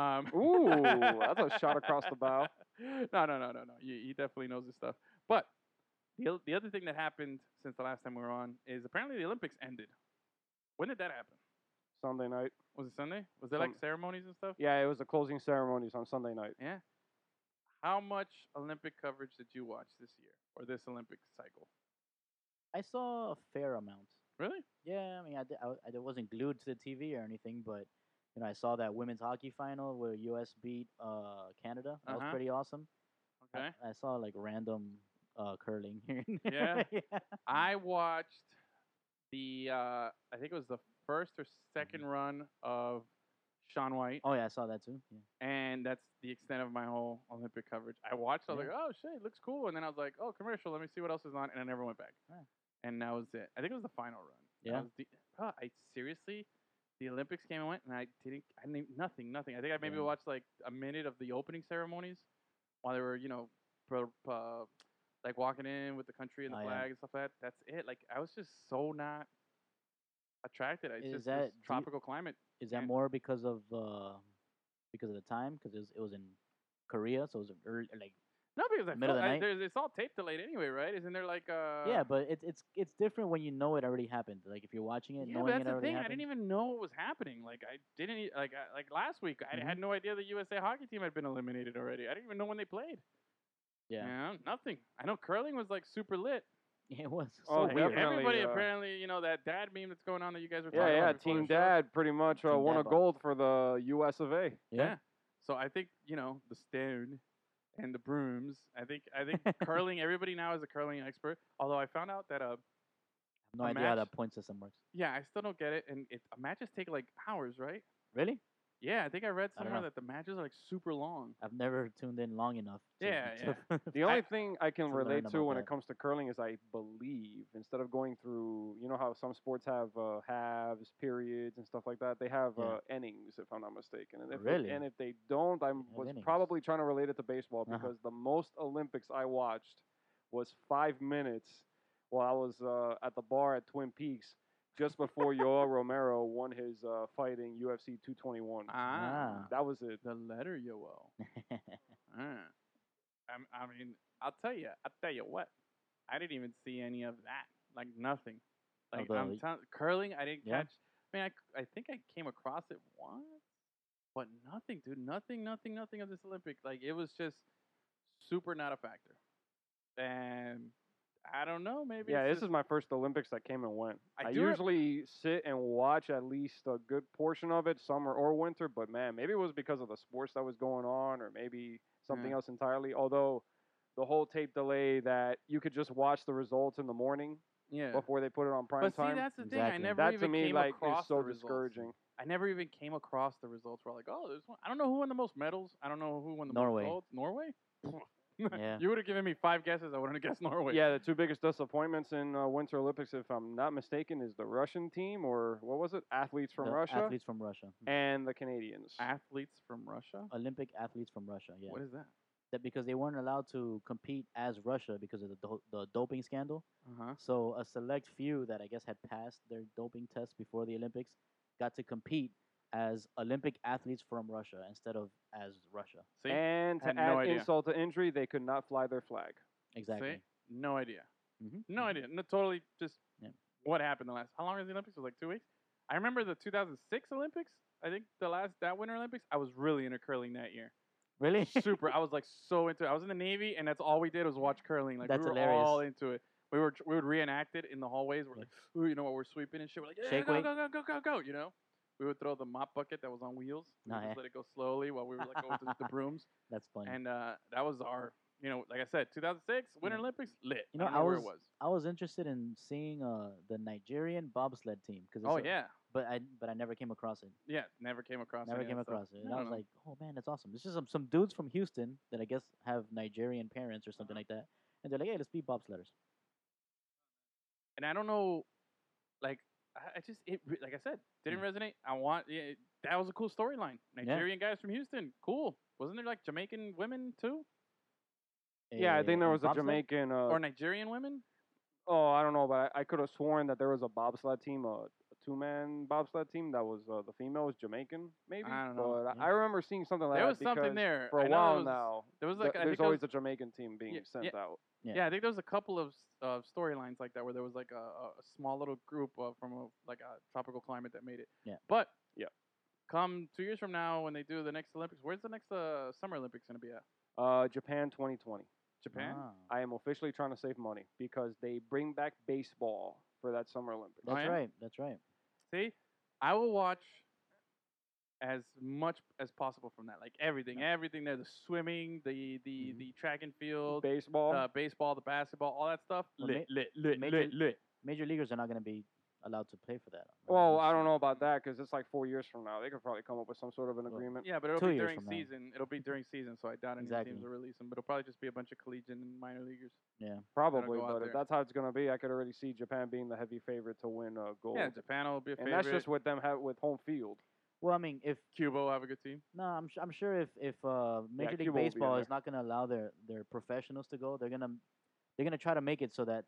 [SPEAKER 1] um,
[SPEAKER 2] Ooh, that's a shot across the bow.
[SPEAKER 1] no, no, no, no, no. He, he definitely knows his stuff. But the o- the other thing that happened since the last time we were on is apparently the Olympics ended. When did that happen?
[SPEAKER 2] Sunday night.
[SPEAKER 1] Was it Sunday? Was there like
[SPEAKER 2] Some-
[SPEAKER 1] ceremonies and stuff?
[SPEAKER 2] Yeah, it was the closing ceremonies on Sunday night.
[SPEAKER 1] How much Olympic coverage did you watch this year or this Olympic cycle?
[SPEAKER 3] I saw a fair amount.
[SPEAKER 1] Really?
[SPEAKER 3] Yeah, I mean, I, di- I, w- I wasn't glued to the TV or anything, but you know, I saw that women's hockey final where U.S. beat uh, Canada. That
[SPEAKER 1] Uh-huh.
[SPEAKER 3] was pretty awesome. I-
[SPEAKER 1] Okay.
[SPEAKER 3] I, saw like random uh, curling here. and
[SPEAKER 1] Yeah.
[SPEAKER 3] there. yeah.
[SPEAKER 1] I watched the uh, I think it was the first or 2nd run of Sean White,
[SPEAKER 3] Oh yeah, I saw that too. Yeah.
[SPEAKER 1] and that's the extent of my whole Olympic coverage. I watched, I was like, oh shit, looks cool, and then I was like, oh commercial, let me see what else is on, and I never went back.
[SPEAKER 3] Huh.
[SPEAKER 1] And that was it. I think it was the final run. That
[SPEAKER 3] Yeah.
[SPEAKER 1] was the- huh, I seriously, the Olympics came and went, and I didn't, I didn't nothing, nothing. I think I maybe
[SPEAKER 3] Yeah.
[SPEAKER 1] watched like a minute of the opening ceremonies while they were, you know, pro, uh, like walking in with the country and the
[SPEAKER 3] Oh, yeah.
[SPEAKER 1] flag and stuff like that. That's it. Like I was just so not attracted. It's
[SPEAKER 3] Is
[SPEAKER 1] just
[SPEAKER 3] that-
[SPEAKER 1] this
[SPEAKER 3] do you-
[SPEAKER 1] tropical climate.
[SPEAKER 3] Is that
[SPEAKER 1] Yeah.
[SPEAKER 3] more because of uh, because of the time? Because it was, it was in Korea, so it was early, like
[SPEAKER 1] No, because I
[SPEAKER 3] Middle of
[SPEAKER 1] felt-
[SPEAKER 3] the
[SPEAKER 1] I-
[SPEAKER 3] night?
[SPEAKER 1] there's, it's all tape delayed anyway, right? Isn't there like uh
[SPEAKER 3] yeah, but it's it's it's different when you know it already happened. Like if you're watching it,
[SPEAKER 1] Yeah, but
[SPEAKER 3] knowing
[SPEAKER 1] that's
[SPEAKER 3] it
[SPEAKER 1] the
[SPEAKER 3] already
[SPEAKER 1] thing. I
[SPEAKER 3] happened.
[SPEAKER 1] didn't even know what was happening. Like I didn't e- like I, like last week. I
[SPEAKER 3] Mhm.
[SPEAKER 1] had no idea the USA hockey team had been eliminated already. I didn't even know when they played.
[SPEAKER 3] yeah.
[SPEAKER 1] Yeah, nothing. I know curling was like super lit.
[SPEAKER 3] it was. So
[SPEAKER 2] Oh,
[SPEAKER 1] Like,
[SPEAKER 3] weird.
[SPEAKER 2] definitely.
[SPEAKER 1] everybody
[SPEAKER 2] uh,
[SPEAKER 1] apparently, you know, that dad meme that's going on that you guys were
[SPEAKER 2] Yeah,
[SPEAKER 1] talking
[SPEAKER 2] yeah.
[SPEAKER 1] about. before
[SPEAKER 2] Team
[SPEAKER 1] the show.
[SPEAKER 2] Dad pretty much uh,
[SPEAKER 3] Team
[SPEAKER 2] won
[SPEAKER 3] Dad
[SPEAKER 2] a
[SPEAKER 3] ball.
[SPEAKER 2] gold for the U.S. of A.
[SPEAKER 1] Yeah. So I think you know the stone and the brooms. I think I think curling. Everybody now is a curling expert. Although I found out that uh
[SPEAKER 3] No
[SPEAKER 1] A
[SPEAKER 3] idea how
[SPEAKER 1] match-
[SPEAKER 3] that point system works.
[SPEAKER 1] yeah I still don't get it. And it matches take like hours, right?
[SPEAKER 3] Really?
[SPEAKER 1] Yeah, I think I read
[SPEAKER 3] I don't
[SPEAKER 1] somewhere
[SPEAKER 3] know.
[SPEAKER 1] that the matches are like super long.
[SPEAKER 3] I've never tuned in long enough. To,
[SPEAKER 1] Yeah,
[SPEAKER 3] to-
[SPEAKER 2] The only thing I can
[SPEAKER 3] to learn
[SPEAKER 2] relate to
[SPEAKER 3] about
[SPEAKER 2] when
[SPEAKER 3] that.
[SPEAKER 2] it comes to curling is I believe instead of going through, you know how some sports have uh, halves, periods, and stuff like that. They have
[SPEAKER 3] Yeah.
[SPEAKER 2] uh, innings, if I'm not mistaken. And if they-
[SPEAKER 3] Really?
[SPEAKER 2] and if they don't, I am
[SPEAKER 3] have
[SPEAKER 2] was
[SPEAKER 3] innings.
[SPEAKER 2] probably trying to relate it to baseball
[SPEAKER 3] Uh-huh.
[SPEAKER 2] because the most Olympics I watched was five minutes while I was uh, at the bar at Twin Peaks just before Yoel Romero won his uh, fight in UFC 221.
[SPEAKER 1] Ah,
[SPEAKER 3] Ah.
[SPEAKER 2] That was it.
[SPEAKER 1] the letter Yoel. Ah. I'm, I mean, I'll tell you, I'll tell you what. I didn't even see any of that. Like nothing. Like
[SPEAKER 3] Although-
[SPEAKER 1] I'm tell- curling. I didn't
[SPEAKER 3] Yeah.
[SPEAKER 1] catch. I mean, I, c- I think I came across it once, but nothing, dude. Nothing, nothing, nothing of this Olympic. Like it was just super not a factor. And I don't know. Maybe
[SPEAKER 2] Yeah,
[SPEAKER 1] it's
[SPEAKER 2] this
[SPEAKER 1] just-
[SPEAKER 2] is my first Olympics that came and went.
[SPEAKER 1] I
[SPEAKER 2] I,
[SPEAKER 1] do re-
[SPEAKER 2] usually sit and watch at least a good portion of it, summer or winter. But man, maybe it was because of the sports that was going on, or maybe something
[SPEAKER 1] Yeah.
[SPEAKER 2] else entirely. Although the whole tape delay that you could just watch the results in the morning
[SPEAKER 1] yeah.
[SPEAKER 2] before they put it on prime
[SPEAKER 1] But see,
[SPEAKER 2] time.
[SPEAKER 1] that's the thing. I
[SPEAKER 3] Exactly.
[SPEAKER 1] never
[SPEAKER 2] that
[SPEAKER 1] even
[SPEAKER 2] to me
[SPEAKER 1] came
[SPEAKER 2] like
[SPEAKER 1] across
[SPEAKER 2] is so
[SPEAKER 1] the results.
[SPEAKER 2] discouraging.
[SPEAKER 1] I never even came across the results. Where like, oh, there's one. I don't know who won the most medals. I don't know who won the
[SPEAKER 3] Norway.
[SPEAKER 1] most gold. Norway.
[SPEAKER 3] yeah.
[SPEAKER 1] You would have given me five guesses. I wouldn't have guessed Norway.
[SPEAKER 2] Yeah, the two biggest disappointments in uh, Winter Olympics, if I'm not mistaken, is the Russian team or what was it? Athletes from
[SPEAKER 3] The
[SPEAKER 2] Russia
[SPEAKER 3] Athletes from Russia. Mm-hmm.
[SPEAKER 2] and the Canadians.
[SPEAKER 1] Athletes from Russia.
[SPEAKER 2] Oh,
[SPEAKER 3] Olympic athletes from Russia. Yeah.
[SPEAKER 1] What is that?
[SPEAKER 3] That because they weren't allowed to compete as Russia because of the do- the doping scandal.
[SPEAKER 1] Uh huh.
[SPEAKER 3] So a select few that I guess had passed their doping test before the Olympics got to compete as Olympic athletes from Russia instead of as Russia.
[SPEAKER 1] See,
[SPEAKER 2] And to
[SPEAKER 1] Had
[SPEAKER 2] add
[SPEAKER 1] no idea.
[SPEAKER 2] insult to injury, they could not fly their flag.
[SPEAKER 3] Exactly.
[SPEAKER 1] no idea.
[SPEAKER 3] Mhm.
[SPEAKER 1] No
[SPEAKER 2] Mm-hmm.
[SPEAKER 1] idea. No, totally just
[SPEAKER 3] Yeah.
[SPEAKER 1] what happened the last. How long is the Olympics? It was like two weeks. I remember the 2006 Olympics. I think the last that Winter Olympics, I was really into curling that year.
[SPEAKER 3] Mm-hmm. Really?
[SPEAKER 1] Super. I was like so into it. I was in the Navy, and that's all we did was watch curling. Like
[SPEAKER 3] That's
[SPEAKER 1] we were
[SPEAKER 3] hilarious.
[SPEAKER 1] all into it. We were we would reenact it in the hallways. We're like, ooh, you know what? We're sweeping and shit. We're like, yeah,
[SPEAKER 3] Shake
[SPEAKER 1] go,
[SPEAKER 3] weight.
[SPEAKER 1] go, go, go, go, go. You know, we would throw the mop bucket that was on wheels. We would
[SPEAKER 3] Nah,
[SPEAKER 1] just
[SPEAKER 3] yeah.
[SPEAKER 1] let it go slowly while we were like going through the brooms.
[SPEAKER 3] That's funny.
[SPEAKER 1] And uh, that was our, you know, like I said, 2006 Winter
[SPEAKER 3] Mm.
[SPEAKER 1] Olympics lit.
[SPEAKER 3] You
[SPEAKER 1] I
[SPEAKER 3] know,
[SPEAKER 1] don't know
[SPEAKER 3] I
[SPEAKER 1] where it was.
[SPEAKER 3] I was interested in seeing uh, the Nigerian bobsled team because
[SPEAKER 1] Oh yeah,
[SPEAKER 3] but I but I never came across it.
[SPEAKER 1] yeah. Never came across.
[SPEAKER 3] Never
[SPEAKER 1] any of
[SPEAKER 3] came
[SPEAKER 1] that stuff.
[SPEAKER 3] across it. And
[SPEAKER 1] I
[SPEAKER 3] I
[SPEAKER 1] don't
[SPEAKER 3] was
[SPEAKER 1] know.
[SPEAKER 3] like, oh man, that's awesome. This is some, some dudes from Houston that I guess have Nigerian parents or
[SPEAKER 2] Uh-huh.
[SPEAKER 3] something like that. And they're like, hey, let's be bobsledders.
[SPEAKER 1] and I don't know, like I I just it re- like I said
[SPEAKER 2] Hmm.
[SPEAKER 1] didn't resonate. I want yeah, it- that was a cool storyline. Nigerian guys from Houston, cool. Wasn't there like Jamaican women too,
[SPEAKER 2] Yeah, I
[SPEAKER 3] Eh,
[SPEAKER 2] think there
[SPEAKER 3] on
[SPEAKER 2] was a
[SPEAKER 3] bobsled?
[SPEAKER 2] Jamaican. Uh,
[SPEAKER 1] or Nigerian women?
[SPEAKER 2] oh, I don't know, but I, I could have sworn that there was a bobsled team, uh, a, two-man bobsled team that was uh, the female was Jamaican, maybe.
[SPEAKER 1] I don't know.
[SPEAKER 2] But I-
[SPEAKER 3] Yeah.
[SPEAKER 2] I remember seeing something like
[SPEAKER 1] There
[SPEAKER 2] that.
[SPEAKER 1] was something
[SPEAKER 2] because
[SPEAKER 1] there
[SPEAKER 2] for
[SPEAKER 1] I
[SPEAKER 2] a
[SPEAKER 1] know there
[SPEAKER 2] while
[SPEAKER 1] was-
[SPEAKER 2] now.
[SPEAKER 1] There was
[SPEAKER 2] th-
[SPEAKER 1] like I think
[SPEAKER 2] there's
[SPEAKER 1] there
[SPEAKER 2] always
[SPEAKER 1] was-
[SPEAKER 2] a Jamaican team being
[SPEAKER 1] yeah,
[SPEAKER 2] sent out.
[SPEAKER 3] yeah.
[SPEAKER 1] yeah, I think there was a couple of s- uh, storylines like that where there was like a, a a small little group uh, from a, like a tropical climate that made it.
[SPEAKER 3] Yeah.
[SPEAKER 1] but
[SPEAKER 2] Yeah.
[SPEAKER 1] Come two years from now, when they do the next Olympics, where's the next uh, Summer Olympics going to be at?
[SPEAKER 2] Uh, Japan 2020.
[SPEAKER 1] Japan.
[SPEAKER 3] Ah,
[SPEAKER 2] I am officially trying to save money because they bring back baseball for that Summer Olympics.
[SPEAKER 1] Oh,
[SPEAKER 3] that's
[SPEAKER 1] yeah?
[SPEAKER 3] right. That's right.
[SPEAKER 1] See, I will watch as much as possible from that. Like everything, everything there, the swimming, the the
[SPEAKER 3] Mhm.
[SPEAKER 1] the track and field,
[SPEAKER 2] Baseball.
[SPEAKER 1] uh, baseball, the basketball, all that stuff.
[SPEAKER 3] Well,
[SPEAKER 1] Lit, lit, lit,
[SPEAKER 3] major-
[SPEAKER 1] lit, lit.
[SPEAKER 3] Major leaguers are not going to be allowed to play for that.
[SPEAKER 2] well, I don't know about that because it's like four years from now. They could probably come up with some sort of an
[SPEAKER 3] Well,
[SPEAKER 2] agreement.
[SPEAKER 1] Yeah, but it'll
[SPEAKER 3] Two
[SPEAKER 1] be
[SPEAKER 3] years
[SPEAKER 1] during
[SPEAKER 3] from now.
[SPEAKER 1] season. It'll be during season, so I doubt any
[SPEAKER 3] Exactly.
[SPEAKER 1] teams will release them. But it'll probably just be a bunch of collegiate and minor leaguers.
[SPEAKER 2] Probably,
[SPEAKER 1] go out
[SPEAKER 2] but
[SPEAKER 1] there.
[SPEAKER 2] if that's how it's going to be, I could already see Japan being the heavy favorite to win uh, gold.
[SPEAKER 1] Yeah, Japan will be a
[SPEAKER 2] and
[SPEAKER 1] favorite.
[SPEAKER 2] that's just with them ha- with home field.
[SPEAKER 3] Well, I mean, if
[SPEAKER 1] Cuba will have a good team.
[SPEAKER 3] no, I'm su- I'm sure if if uh, Major
[SPEAKER 2] Cuba
[SPEAKER 3] League
[SPEAKER 2] will be in
[SPEAKER 3] Baseball is
[SPEAKER 2] there.
[SPEAKER 3] not going to allow their their professionals to go, they're gonna they're gonna try to make it so that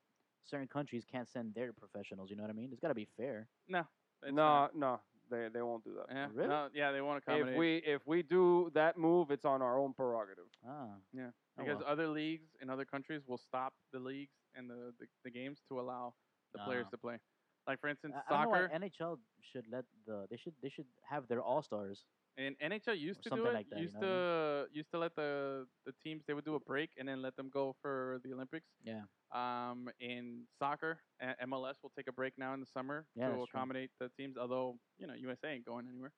[SPEAKER 3] certain countries can't send their professionals. You know what I mean? It's got to be fair.
[SPEAKER 1] It's
[SPEAKER 2] no,
[SPEAKER 1] not-
[SPEAKER 2] no, they they won't do that.
[SPEAKER 1] Yeah,
[SPEAKER 3] Really?
[SPEAKER 1] no, yeah, they won't accommodate
[SPEAKER 2] If we if we do that move, it's on our own prerogative.
[SPEAKER 3] Ah,
[SPEAKER 1] Yeah,
[SPEAKER 3] Oh,
[SPEAKER 1] because
[SPEAKER 3] well.
[SPEAKER 1] other leagues in other countries will stop the leagues and the, the, the games to allow the players
[SPEAKER 3] Ah.
[SPEAKER 1] to play. Like for instance,
[SPEAKER 3] I- I don't know why
[SPEAKER 1] soccer
[SPEAKER 3] NHL should let the they should they should have their all stars.
[SPEAKER 1] and NHL used
[SPEAKER 3] or
[SPEAKER 1] to do
[SPEAKER 3] something
[SPEAKER 1] it.
[SPEAKER 3] like that, you
[SPEAKER 1] used
[SPEAKER 3] know what
[SPEAKER 1] to used to let the the teams they would do a break and then let them go for the Olympics.
[SPEAKER 3] Yeah.
[SPEAKER 1] Um, in soccer, a- MLS will take a break now in the summer
[SPEAKER 3] Yeah,
[SPEAKER 1] to
[SPEAKER 3] that's true.
[SPEAKER 1] accommodate the teams. Although you know USA ain't going anywhere,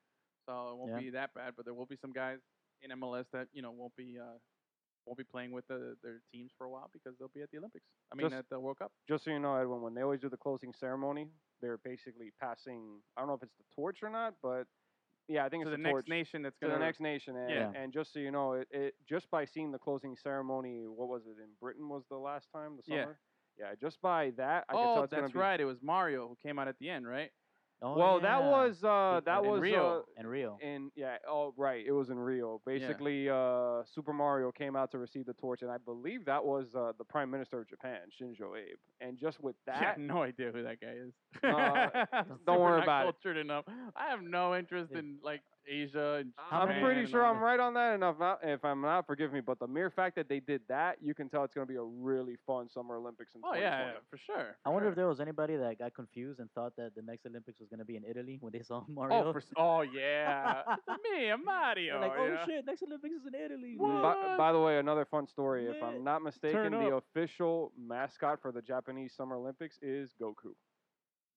[SPEAKER 1] so it won't
[SPEAKER 3] Yeah.
[SPEAKER 1] be that bad. But there will be some guys in MLS that you know won't be. Uh, Won't be playing with the, their teams for a while because they'll be at the Olympics. I mean,
[SPEAKER 2] Just-
[SPEAKER 1] at the World Cup.
[SPEAKER 2] Just so you know, Edwin, when they always do the closing ceremony, they're basically passing. I don't know if it's the torch or not, but yeah, I think
[SPEAKER 1] to
[SPEAKER 2] it's
[SPEAKER 1] the
[SPEAKER 2] the,
[SPEAKER 1] next
[SPEAKER 2] torch.
[SPEAKER 1] nation that's
[SPEAKER 2] to
[SPEAKER 1] going
[SPEAKER 2] the next nation. And,
[SPEAKER 1] Yeah.
[SPEAKER 2] and just so you know, it, it just by seeing the closing ceremony, what was it in Britain was the last time the
[SPEAKER 1] Yeah.
[SPEAKER 2] summer? Yeah, just by that, I could tell
[SPEAKER 1] oh,
[SPEAKER 2] it's
[SPEAKER 1] that's
[SPEAKER 2] gonna be.
[SPEAKER 1] right. It was Mario who came out at the end, right?
[SPEAKER 3] Oh,
[SPEAKER 2] well, that
[SPEAKER 3] yeah,
[SPEAKER 2] was uh,
[SPEAKER 3] In-
[SPEAKER 2] that
[SPEAKER 1] in
[SPEAKER 2] was
[SPEAKER 1] Rio.
[SPEAKER 3] and Rio.
[SPEAKER 2] Uh, in yeah, oh right, it was in Rio. Basically, uh, Super Mario came out to receive the torch, and I believe that was uh, the Prime Minister of Japan, Shinzo Abe. And just with
[SPEAKER 1] I
[SPEAKER 2] that,
[SPEAKER 1] have no idea who that guy is.
[SPEAKER 2] Uh,
[SPEAKER 1] I'm
[SPEAKER 2] don't
[SPEAKER 1] super
[SPEAKER 2] worry
[SPEAKER 1] not
[SPEAKER 2] about it.
[SPEAKER 1] Cultured enough. I have no interest
[SPEAKER 3] Yeah.
[SPEAKER 1] in like Asia and
[SPEAKER 2] I'm
[SPEAKER 1] Japan
[SPEAKER 2] pretty
[SPEAKER 1] and
[SPEAKER 2] sure
[SPEAKER 1] all
[SPEAKER 2] I'm
[SPEAKER 1] that.
[SPEAKER 2] right on that, and if, not, if I'm not, forgive me. But the mere fact that they did that, you can tell it's going to be a really fun Summer Olympics in
[SPEAKER 1] Oh yeah,
[SPEAKER 2] 2020.
[SPEAKER 1] yeah, for sure.
[SPEAKER 3] I wonder if
[SPEAKER 1] sure.
[SPEAKER 3] there was anybody that got confused and thought that the next Olympics was going to be in Italy when they saw Mario.
[SPEAKER 1] Oh, for, s- oh yeah, It's me, I'm Mario.
[SPEAKER 3] They're like, oh
[SPEAKER 1] you know?
[SPEAKER 3] shit, next Olympics is in Italy.
[SPEAKER 1] What?
[SPEAKER 2] By, by the way, another fun story. If
[SPEAKER 3] Lit.
[SPEAKER 2] I'm not mistaken,
[SPEAKER 1] Turn
[SPEAKER 2] the official mascot for the Japanese Summer Olympics is Goku.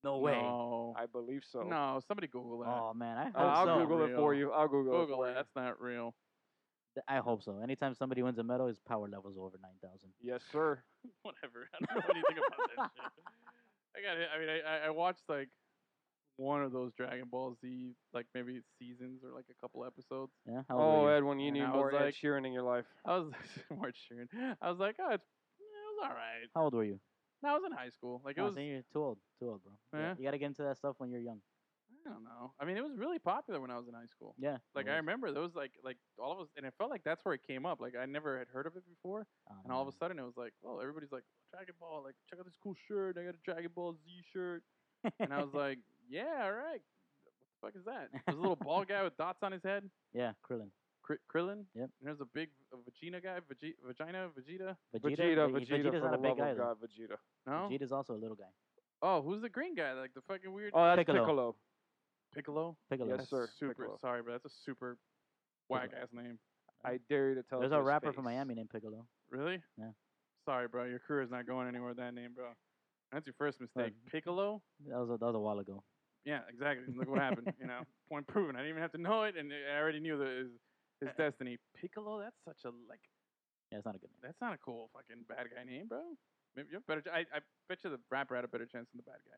[SPEAKER 3] No way.
[SPEAKER 1] No,
[SPEAKER 2] I believe so. Uh,
[SPEAKER 1] no. Somebody Google that.
[SPEAKER 3] Oh man, I hope
[SPEAKER 2] I'll
[SPEAKER 3] so.
[SPEAKER 2] Google it for
[SPEAKER 1] Real.
[SPEAKER 2] you. I'll Google,
[SPEAKER 1] Google
[SPEAKER 2] it.
[SPEAKER 1] that. That's not real.
[SPEAKER 3] Th- I hope so. Anytime somebody wins a medal, his power level's over nine thousand.
[SPEAKER 2] For you. Yes, sir.
[SPEAKER 1] Whatever. I don't know anything about that shit. I got. it. I mean, I- I I watched like one of those Dragon Ball Z like maybe seasons or like a couple episodes.
[SPEAKER 3] Yeah. How old
[SPEAKER 2] Oh,
[SPEAKER 3] were you?
[SPEAKER 2] Edwin, you
[SPEAKER 1] And
[SPEAKER 2] need
[SPEAKER 1] I
[SPEAKER 2] more
[SPEAKER 1] was
[SPEAKER 2] Ed
[SPEAKER 1] like-
[SPEAKER 2] Sheeran in your life.
[SPEAKER 1] I was more cheering. I was like, oh, it's, it was all right.
[SPEAKER 3] How old were you?
[SPEAKER 1] No, I was in high school. Like it
[SPEAKER 3] Oh,
[SPEAKER 1] was,
[SPEAKER 3] then you're too old. Too old, bro. You got-
[SPEAKER 1] Yeah.
[SPEAKER 3] You got to get into that stuff when you're young.
[SPEAKER 1] I don't know. I mean, it was really popular when I was in high school.
[SPEAKER 3] Yeah.
[SPEAKER 1] Like I remember there was like like all of us, and it felt like that's where it came up. Like I never had heard of it before,
[SPEAKER 3] Oh,
[SPEAKER 1] and all of
[SPEAKER 3] Mm.
[SPEAKER 1] a sudden it was like, well, everybody's like Dragon Ball. Like check out this cool shirt. I got a Dragon Ball Z shirt, and I was like, yeah, all right. What the fuck is that? There's a little bald guy with dots on his head.
[SPEAKER 3] yeah, Krillin,
[SPEAKER 1] Kri- Krillin. And
[SPEAKER 3] Yep.
[SPEAKER 1] there's a big uh, vagina guy. Vagi- vagina. Vegeta.
[SPEAKER 3] Vegeta,
[SPEAKER 2] Vegeta,
[SPEAKER 3] Ve-
[SPEAKER 2] Vegeta,
[SPEAKER 3] Vegeta's
[SPEAKER 2] for
[SPEAKER 3] not a
[SPEAKER 2] the
[SPEAKER 3] big
[SPEAKER 2] love
[SPEAKER 3] guy.
[SPEAKER 2] of
[SPEAKER 3] though.
[SPEAKER 2] God, Vegeta.
[SPEAKER 1] No.
[SPEAKER 3] Vegeta's also a little guy.
[SPEAKER 1] Oh, who's the green guy? Like the fucking weird
[SPEAKER 2] Oh, that's
[SPEAKER 3] Piccolo.
[SPEAKER 2] Piccolo.
[SPEAKER 1] Piccolo.
[SPEAKER 3] Piccolo.
[SPEAKER 2] Yes,
[SPEAKER 1] That's
[SPEAKER 2] sir,
[SPEAKER 1] Super.
[SPEAKER 2] Piccolo.
[SPEAKER 1] Sorry, but that's a super whack ass name.
[SPEAKER 2] I dare you to tell. it
[SPEAKER 3] There's
[SPEAKER 2] to
[SPEAKER 3] a
[SPEAKER 2] his
[SPEAKER 3] rapper from
[SPEAKER 2] face.
[SPEAKER 3] Miami named Piccolo.
[SPEAKER 1] Really?
[SPEAKER 3] Yeah.
[SPEAKER 1] Sorry, bro. Your career is not going anywhere with that name, bro. That's your first mistake.
[SPEAKER 3] Like-
[SPEAKER 1] Piccolo.
[SPEAKER 3] That was a, that was a while ago.
[SPEAKER 1] Yeah, exactly. Look what happened. You know, point proven. I didn't even have to know it, and I already knew that his, his destiny. Piccolo. That's such a like.
[SPEAKER 3] Yeah, it's not a good
[SPEAKER 1] That's not a cool fucking bad guy name, bro. Maybe you have better. ch- I, I bet you the rapper had a better chance than the bad guy.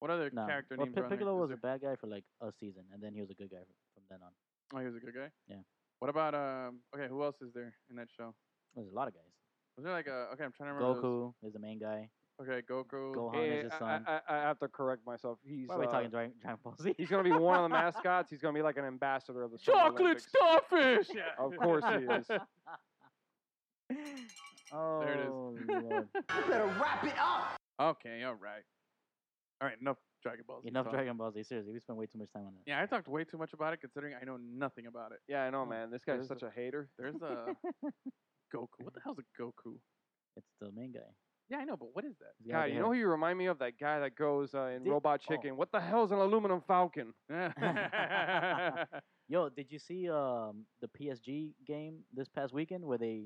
[SPEAKER 1] What other
[SPEAKER 3] name. No.
[SPEAKER 1] character
[SPEAKER 3] well,
[SPEAKER 1] names?
[SPEAKER 3] Pi-
[SPEAKER 1] are on there?
[SPEAKER 3] Piccolo
[SPEAKER 1] Is
[SPEAKER 3] was
[SPEAKER 1] there-
[SPEAKER 3] a bad guy for like a season, and then he was a good guy from then on.
[SPEAKER 1] Oh, he was a good guy.
[SPEAKER 3] Yeah.
[SPEAKER 1] What about um? Okay, who else is there in that show?
[SPEAKER 3] There's a lot of guys.
[SPEAKER 1] Was there like a? Okay, I'm trying to remember. those-
[SPEAKER 3] Goku is the main guy.
[SPEAKER 1] Okay, Goku.
[SPEAKER 3] Gohan
[SPEAKER 2] Eh,
[SPEAKER 3] is his
[SPEAKER 2] I,
[SPEAKER 3] son.
[SPEAKER 2] I, I I have to correct myself. He's
[SPEAKER 3] Why are we
[SPEAKER 2] uh,
[SPEAKER 3] talking Dragon, Dragon Ball Z?
[SPEAKER 2] he's gonna be one of the mascots. He's gonna be like an ambassador of the Summer
[SPEAKER 1] Chocolate
[SPEAKER 2] Olympics.
[SPEAKER 1] starfish. Yeah.
[SPEAKER 2] Of course he is.
[SPEAKER 3] oh,
[SPEAKER 1] There it is.
[SPEAKER 3] Lord.
[SPEAKER 1] Okay. All right. All right. Enough Dragon Balls.
[SPEAKER 3] Enough Dragon Ball Z. Seriously, we spent way too much time on that.
[SPEAKER 1] Yeah, I talked way too much about it considering I know nothing about it.
[SPEAKER 2] Yeah, I
[SPEAKER 3] Oh,
[SPEAKER 2] know, man. This guy's
[SPEAKER 1] There's
[SPEAKER 2] such a hater.
[SPEAKER 1] There's a Goku. What the hell's a Goku?
[SPEAKER 3] It's the main guy.
[SPEAKER 1] Yeah, I know, but what is that?
[SPEAKER 3] He's got
[SPEAKER 2] God,
[SPEAKER 3] the
[SPEAKER 2] you
[SPEAKER 3] hair.
[SPEAKER 2] know who you remind me of? That guy that goes uh, in
[SPEAKER 3] Dick-
[SPEAKER 2] Robot
[SPEAKER 3] oh.
[SPEAKER 2] Chicken. What the hell's an aluminum falcon?
[SPEAKER 3] Yo, did you see um, the PSG game this past weekend where they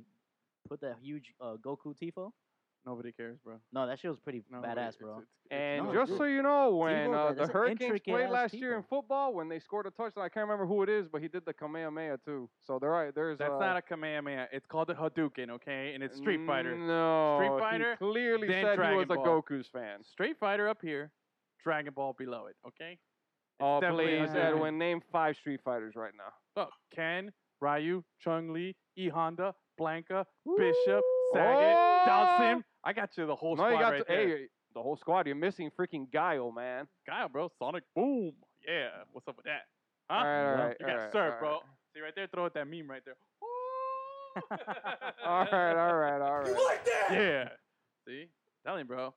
[SPEAKER 3] put that huge uh, Goku Tifo?
[SPEAKER 1] Nobody cares, bro.
[SPEAKER 3] No, that shit was pretty
[SPEAKER 1] Nobody-
[SPEAKER 3] badass,
[SPEAKER 1] it's-
[SPEAKER 3] bro.
[SPEAKER 1] it's- it's
[SPEAKER 2] And
[SPEAKER 1] not
[SPEAKER 3] no,
[SPEAKER 2] just
[SPEAKER 1] good.
[SPEAKER 2] so you know, when
[SPEAKER 3] Tebow,
[SPEAKER 2] uh,
[SPEAKER 3] man,
[SPEAKER 2] the
[SPEAKER 3] that's an
[SPEAKER 2] Hurricanes
[SPEAKER 3] intricate
[SPEAKER 2] played
[SPEAKER 3] ass
[SPEAKER 2] last year in
[SPEAKER 3] Tebow.
[SPEAKER 2] football, when they scored a touchdown, I can't remember who it is, but he did the Kamehameha too. So there are there's
[SPEAKER 1] that's
[SPEAKER 2] uh,
[SPEAKER 1] not a Kamehameha. It's called a Hadouken, okay? And it's Street
[SPEAKER 3] Mm.
[SPEAKER 1] Fighter.
[SPEAKER 2] No,
[SPEAKER 1] Street
[SPEAKER 2] he
[SPEAKER 1] Fighter,
[SPEAKER 2] clearly
[SPEAKER 1] then
[SPEAKER 2] said
[SPEAKER 1] Dragon
[SPEAKER 2] he was
[SPEAKER 1] Ball.
[SPEAKER 2] a Goku's fan.
[SPEAKER 1] Street Fighter up here, Dragon Ball below it, okay?
[SPEAKER 2] oh
[SPEAKER 1] definitely a
[SPEAKER 2] please,
[SPEAKER 1] Hadouken.
[SPEAKER 2] Edwin, name five Street Fighters right now.
[SPEAKER 1] Look, Ken, Ryu, Chung Li, E Honda, Blanca, Bishop, Sagat,
[SPEAKER 2] Oh!
[SPEAKER 1] Dalsim. I got you the whole
[SPEAKER 2] No,
[SPEAKER 1] squad
[SPEAKER 2] you got
[SPEAKER 1] right
[SPEAKER 2] the,
[SPEAKER 1] there.
[SPEAKER 2] hey, the whole squad. You're missing freaking Guile, man.
[SPEAKER 1] Guile, bro. Sonic Boom. Yeah. What's up with that? Huh?
[SPEAKER 2] All right, all
[SPEAKER 3] Yeah.
[SPEAKER 2] right,
[SPEAKER 1] You got
[SPEAKER 2] all right,
[SPEAKER 1] served,
[SPEAKER 2] all
[SPEAKER 1] bro.
[SPEAKER 2] right.
[SPEAKER 1] See right there, throw out that meme right there.
[SPEAKER 2] All right, all right, all right.
[SPEAKER 1] Yeah. See? Telling you, bro.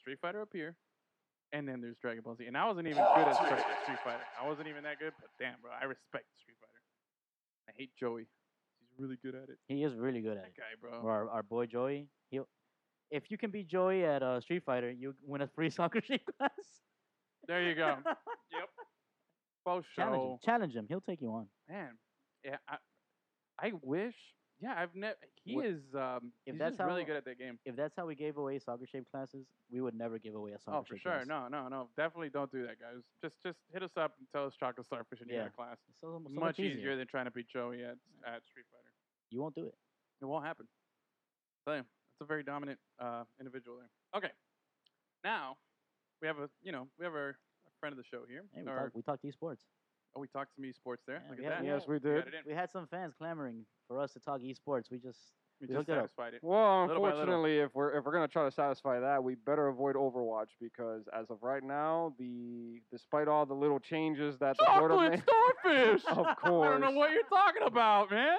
[SPEAKER 1] Street Fighter up here. And then there's Dragon Ball Z. And I wasn't even good at Street Street Fighter. I wasn't even that good, but damn, bro. I respect Street Fighter. I hate Joey. He's really good at it.
[SPEAKER 3] He is really good at
[SPEAKER 1] That
[SPEAKER 3] it.
[SPEAKER 1] guy, bro.
[SPEAKER 3] Our, our boy Joey. He, if you can beat Joey at uh, Street Fighter, you win a free soccer shape class.
[SPEAKER 1] There you go. Faux
[SPEAKER 3] challenge him.
[SPEAKER 1] show.
[SPEAKER 3] Challenge him. He'll take you on.
[SPEAKER 1] Man. Yeah, I, I wish. Yeah, I've never. He
[SPEAKER 3] Wha-
[SPEAKER 1] is. Um,
[SPEAKER 3] If
[SPEAKER 1] he's
[SPEAKER 3] that's
[SPEAKER 1] just really
[SPEAKER 3] how-
[SPEAKER 1] good at that game.
[SPEAKER 3] If that's how we gave away soccer shape classes, we would never give away a soccer
[SPEAKER 1] Oh, for
[SPEAKER 3] shape
[SPEAKER 1] sure.
[SPEAKER 3] class.
[SPEAKER 1] No, no, no. Definitely don't do that, guys. Just just hit us up and tell us Chocolate Starfish and you're
[SPEAKER 3] Yeah.
[SPEAKER 1] in a class.
[SPEAKER 3] It's so, so
[SPEAKER 1] Much easier.
[SPEAKER 3] easier.
[SPEAKER 1] than trying to beat Joey at, at Street Fighter.
[SPEAKER 3] You won't do it.
[SPEAKER 1] It won't happen. Tell you, that's a very dominant uh, individual there. Okay. Now, we have a, you know, we have our a friend of the show here.
[SPEAKER 3] Hey, we,
[SPEAKER 1] Or-
[SPEAKER 3] talked, we talked esports.
[SPEAKER 1] oh, we talked some esports there.
[SPEAKER 3] Yeah,
[SPEAKER 1] Look
[SPEAKER 3] we
[SPEAKER 1] at
[SPEAKER 3] have-
[SPEAKER 1] that.
[SPEAKER 3] we
[SPEAKER 2] Yes,
[SPEAKER 3] have-
[SPEAKER 2] we
[SPEAKER 1] We
[SPEAKER 2] did.
[SPEAKER 1] got it in.
[SPEAKER 3] We had some fans clamoring for us to talk esports. We just
[SPEAKER 1] We
[SPEAKER 3] we
[SPEAKER 1] just
[SPEAKER 3] looked it up.
[SPEAKER 1] satisfied it.
[SPEAKER 2] Well,
[SPEAKER 1] Little by little.
[SPEAKER 2] unfortunately, if we're if we're gonna try to satisfy that, we better avoid Overwatch because as of right now, the despite all the little changes that the board
[SPEAKER 1] Chocolate
[SPEAKER 2] made,
[SPEAKER 1] Starfish!
[SPEAKER 2] of
[SPEAKER 1] I don't
[SPEAKER 2] course,
[SPEAKER 1] know what you're talking about, man.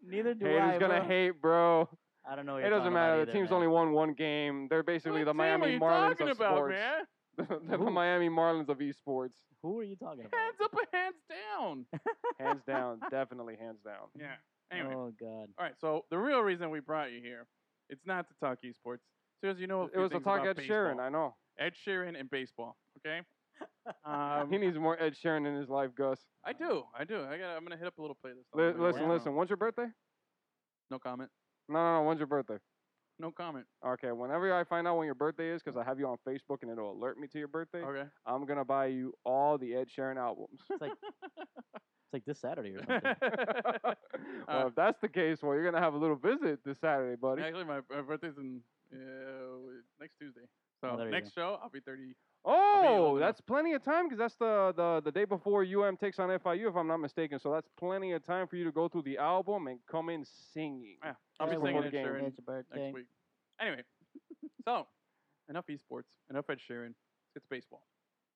[SPEAKER 3] neither do
[SPEAKER 2] haters
[SPEAKER 3] I.
[SPEAKER 2] gonna
[SPEAKER 3] bro.
[SPEAKER 2] hate, bro.
[SPEAKER 3] I don't know. What
[SPEAKER 2] It
[SPEAKER 3] you're
[SPEAKER 2] doesn't
[SPEAKER 3] talking
[SPEAKER 2] matter.
[SPEAKER 3] About
[SPEAKER 2] the
[SPEAKER 3] either,
[SPEAKER 2] team's
[SPEAKER 3] man.
[SPEAKER 2] only won one game. They're basically
[SPEAKER 1] What
[SPEAKER 2] the
[SPEAKER 1] team are
[SPEAKER 2] Miami
[SPEAKER 1] you
[SPEAKER 2] Marlins
[SPEAKER 1] talking
[SPEAKER 2] of
[SPEAKER 1] about,
[SPEAKER 2] sports.
[SPEAKER 1] man?
[SPEAKER 2] They're the
[SPEAKER 3] Who?
[SPEAKER 2] Miami Marlins of esports,
[SPEAKER 3] Who are you talking about?
[SPEAKER 1] Hands up or hands down.
[SPEAKER 2] hands down, definitely hands down.
[SPEAKER 1] Yeah. Anyway.
[SPEAKER 3] Oh God.
[SPEAKER 1] All right. So the real reason we brought you here, it's not to talk esports. Seriously, you know a
[SPEAKER 2] It
[SPEAKER 1] few
[SPEAKER 2] was a
[SPEAKER 1] things
[SPEAKER 2] talk
[SPEAKER 1] about
[SPEAKER 2] Ed Sheeran.
[SPEAKER 1] baseball.
[SPEAKER 2] I know
[SPEAKER 1] Ed Sheeran and baseball. Okay. Um,
[SPEAKER 2] he needs more Ed Sheeran in his life, Gus.
[SPEAKER 1] I do. I do. I got. I'm gonna hit up a little playlist. on
[SPEAKER 2] Li-
[SPEAKER 1] the way
[SPEAKER 2] listen,
[SPEAKER 1] down.
[SPEAKER 2] listen. When's your birthday?
[SPEAKER 1] No comment.
[SPEAKER 2] No, no, no. When's your birthday?
[SPEAKER 1] No comment.
[SPEAKER 2] Okay, whenever I find out when your birthday is, because I have you on Facebook and it'll alert me to your birthday,
[SPEAKER 1] Okay.
[SPEAKER 2] I'm going to buy you all the Ed Sheeran albums.
[SPEAKER 3] It's like this Saturday or something.
[SPEAKER 2] well, if that's the case, well, you're going to have a little visit this Saturday, buddy.
[SPEAKER 1] Actually, my, my birthday's in uh, next Tuesday. So
[SPEAKER 3] there you
[SPEAKER 1] next show, I'll be 30. old
[SPEAKER 2] Oh,
[SPEAKER 1] enough.
[SPEAKER 2] that's plenty of time because that's the, the, the day before UM takes on FIU, if I'm not mistaken. So that's plenty of time for you to go through the album and come in singing.
[SPEAKER 1] Yeah, I'll
[SPEAKER 2] Just
[SPEAKER 1] be singing Ed
[SPEAKER 2] before the game.
[SPEAKER 1] Sheeran
[SPEAKER 3] It's your birthday.
[SPEAKER 1] next week. Anyway, so enough esports, enough Ed Sheeran. It's baseball.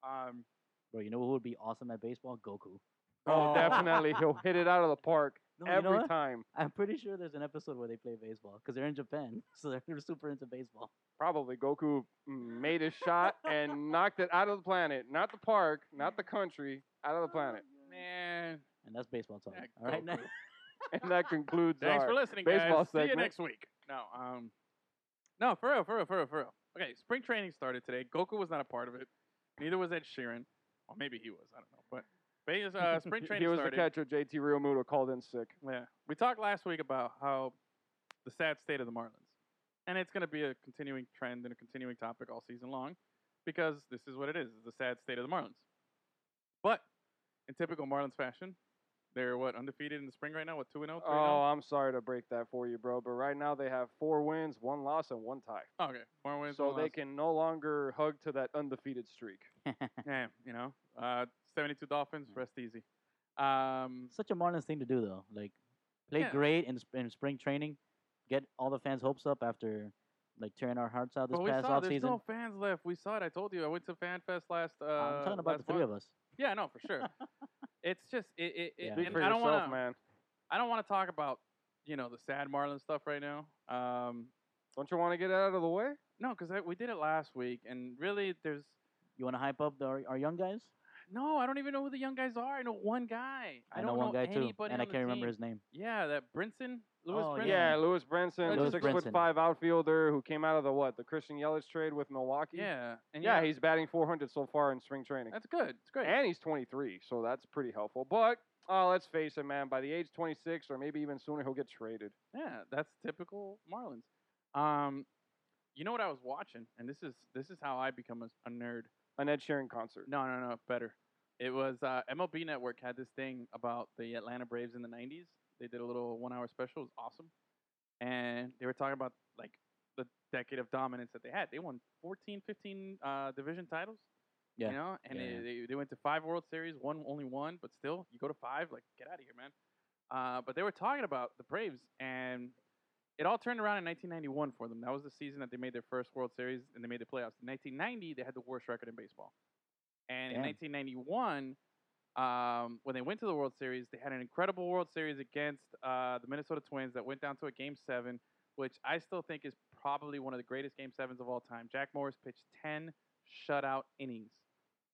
[SPEAKER 1] Um,
[SPEAKER 3] Bro, you know who would be awesome at baseball? Goku.
[SPEAKER 2] Oh,
[SPEAKER 1] Oh.
[SPEAKER 2] definitely. He'll hit it out of the park
[SPEAKER 3] No, you know
[SPEAKER 2] every
[SPEAKER 3] what?
[SPEAKER 2] time.
[SPEAKER 3] I'm pretty sure there's an episode where they play baseball because they're in Japan, so they're super into baseball.
[SPEAKER 2] Probably Goku made his shot and knocked it out of the planet. Not the park, not the country, out of the planet.
[SPEAKER 1] man.
[SPEAKER 3] And that's baseball talk.
[SPEAKER 1] Yeah,
[SPEAKER 3] All right,
[SPEAKER 1] Goku.
[SPEAKER 3] now
[SPEAKER 2] and that concludes
[SPEAKER 1] Thanks
[SPEAKER 2] our
[SPEAKER 1] for listening,
[SPEAKER 2] baseball
[SPEAKER 1] guys. See you
[SPEAKER 2] segment.
[SPEAKER 1] next week. No, um, no, for real, for real, for real, for real. Okay, spring training started today. Goku was not a part of it. Neither was Ed Sheeran. Well, maybe he was. I don't know. But, but he was, uh, spring training
[SPEAKER 2] he was
[SPEAKER 1] started.
[SPEAKER 2] the catcher. JT Realmuto called in sick.
[SPEAKER 1] Yeah. We talked last week about how the sad state of the Marlins. And it's going to be a continuing trend and a continuing topic all season long because this is what it is it's the sad state of the Marlins. But in typical Marlins fashion, they're what, undefeated in the spring right now? What, 2 0?
[SPEAKER 2] Oh, I'm sorry to break that for you, bro. But right now they have four wins, one loss, and one tie.
[SPEAKER 1] Oh, okay. Four wins.
[SPEAKER 2] so
[SPEAKER 1] one
[SPEAKER 2] they
[SPEAKER 1] loss.
[SPEAKER 2] can no longer hug to that undefeated streak.
[SPEAKER 1] Yeah, you know, uh, 72 Dolphins, rest easy. Um,
[SPEAKER 3] Such a Marlins thing to do, though. Like, play
[SPEAKER 1] Yeah.
[SPEAKER 3] great in, sp- in spring training, get all the fans' hopes up after like tearing our hearts out this
[SPEAKER 1] but we
[SPEAKER 3] past
[SPEAKER 1] saw
[SPEAKER 3] off
[SPEAKER 1] there's
[SPEAKER 3] season.
[SPEAKER 1] no fans left. We saw it. I told you. I went to Fan Fest last. Uh,
[SPEAKER 3] I'm talking about the
[SPEAKER 1] last
[SPEAKER 3] three
[SPEAKER 1] month.
[SPEAKER 3] of us.
[SPEAKER 1] Yeah, no, for sure. it's just it. it, it
[SPEAKER 3] Yeah.
[SPEAKER 2] Speak
[SPEAKER 1] and
[SPEAKER 2] for
[SPEAKER 1] I don't
[SPEAKER 2] yourself,
[SPEAKER 1] want to.
[SPEAKER 2] man.
[SPEAKER 1] I don't want to talk about you know the sad Marlin stuff right now. Um,
[SPEAKER 2] Don't you want to get out of the way?
[SPEAKER 1] no, because we did it last week, and really, there's
[SPEAKER 3] You want to hype up the, our, our young guys?
[SPEAKER 1] no. I don't even know who the young guys are. I know one guy. I,
[SPEAKER 3] know
[SPEAKER 1] don't
[SPEAKER 3] one
[SPEAKER 1] know
[SPEAKER 3] guy
[SPEAKER 1] anybody
[SPEAKER 3] too, and I
[SPEAKER 1] on the
[SPEAKER 3] can't
[SPEAKER 1] team.
[SPEAKER 3] remember his name.
[SPEAKER 1] Yeah, that Brinson, Lewis
[SPEAKER 3] Oh,
[SPEAKER 1] Brinson.
[SPEAKER 2] Yeah, Lewis Brinson,
[SPEAKER 1] Lewis
[SPEAKER 2] six
[SPEAKER 3] Brinson.
[SPEAKER 2] foot five outfielder who came out of the what the Christian Yelich trade with Milwaukee.
[SPEAKER 1] yeah, and
[SPEAKER 2] yeah,
[SPEAKER 1] you know,
[SPEAKER 2] he's batting 400 so far in spring training,
[SPEAKER 1] that's good. It's great.
[SPEAKER 2] and he's 23, so that's pretty helpful. But uh, let's face it, man. By the age 26 or maybe even sooner, he'll get traded.
[SPEAKER 1] Yeah, that's typical Marlins. Um, you know what I was watching, and this is this is how I become a, s- a nerd.
[SPEAKER 2] An Ed Sheeran concert.
[SPEAKER 1] No, no, no, better. It was uh, MLB Network had this thing about the Atlanta Braves in the '90s. They did a little one-hour special. It was awesome, and they were talking about like the decade of dominance that they had. They won 14, 15 uh, division titles.
[SPEAKER 3] Yeah.
[SPEAKER 1] You know, and
[SPEAKER 3] Yeah,
[SPEAKER 1] they,
[SPEAKER 3] yeah.
[SPEAKER 1] They, they went to five World Series, one only one, but still, you go to five, like get out of here, man. Uh, but they were talking about the Braves, and it all turned around in 1991 for them. That was the season that they made their first World Series and they made the playoffs. In 1990, they had the worst record in baseball, and
[SPEAKER 3] Damn.
[SPEAKER 1] in 1991. Um, when they went to the World Series, they had an incredible World Series against uh, the Minnesota Twins that went down to a Game Seven which I still think is probably one of the greatest game sevens of all time. Jack Morris pitched 10 shutout innings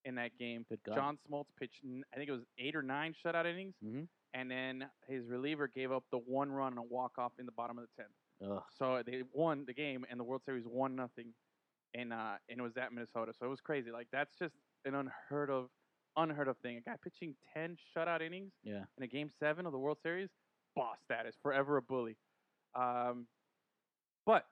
[SPEAKER 1] in that game.
[SPEAKER 3] Good God.
[SPEAKER 1] John Smoltz pitched, n- I think it was eight or nine shutout innings.
[SPEAKER 3] Mhm.
[SPEAKER 1] And then his reliever gave up the one run and a walk off in the bottom of the 10th.
[SPEAKER 3] Ugh.
[SPEAKER 1] So they won the game, and the World Series won nothing, and uh, and it was at Minnesota. So it was crazy. Like that's just an unheard of, unheard of thing. A guy pitching ten shutout innings,
[SPEAKER 3] Yeah.
[SPEAKER 1] in a game seven of the World Series, boss status, forever a bully. Um, but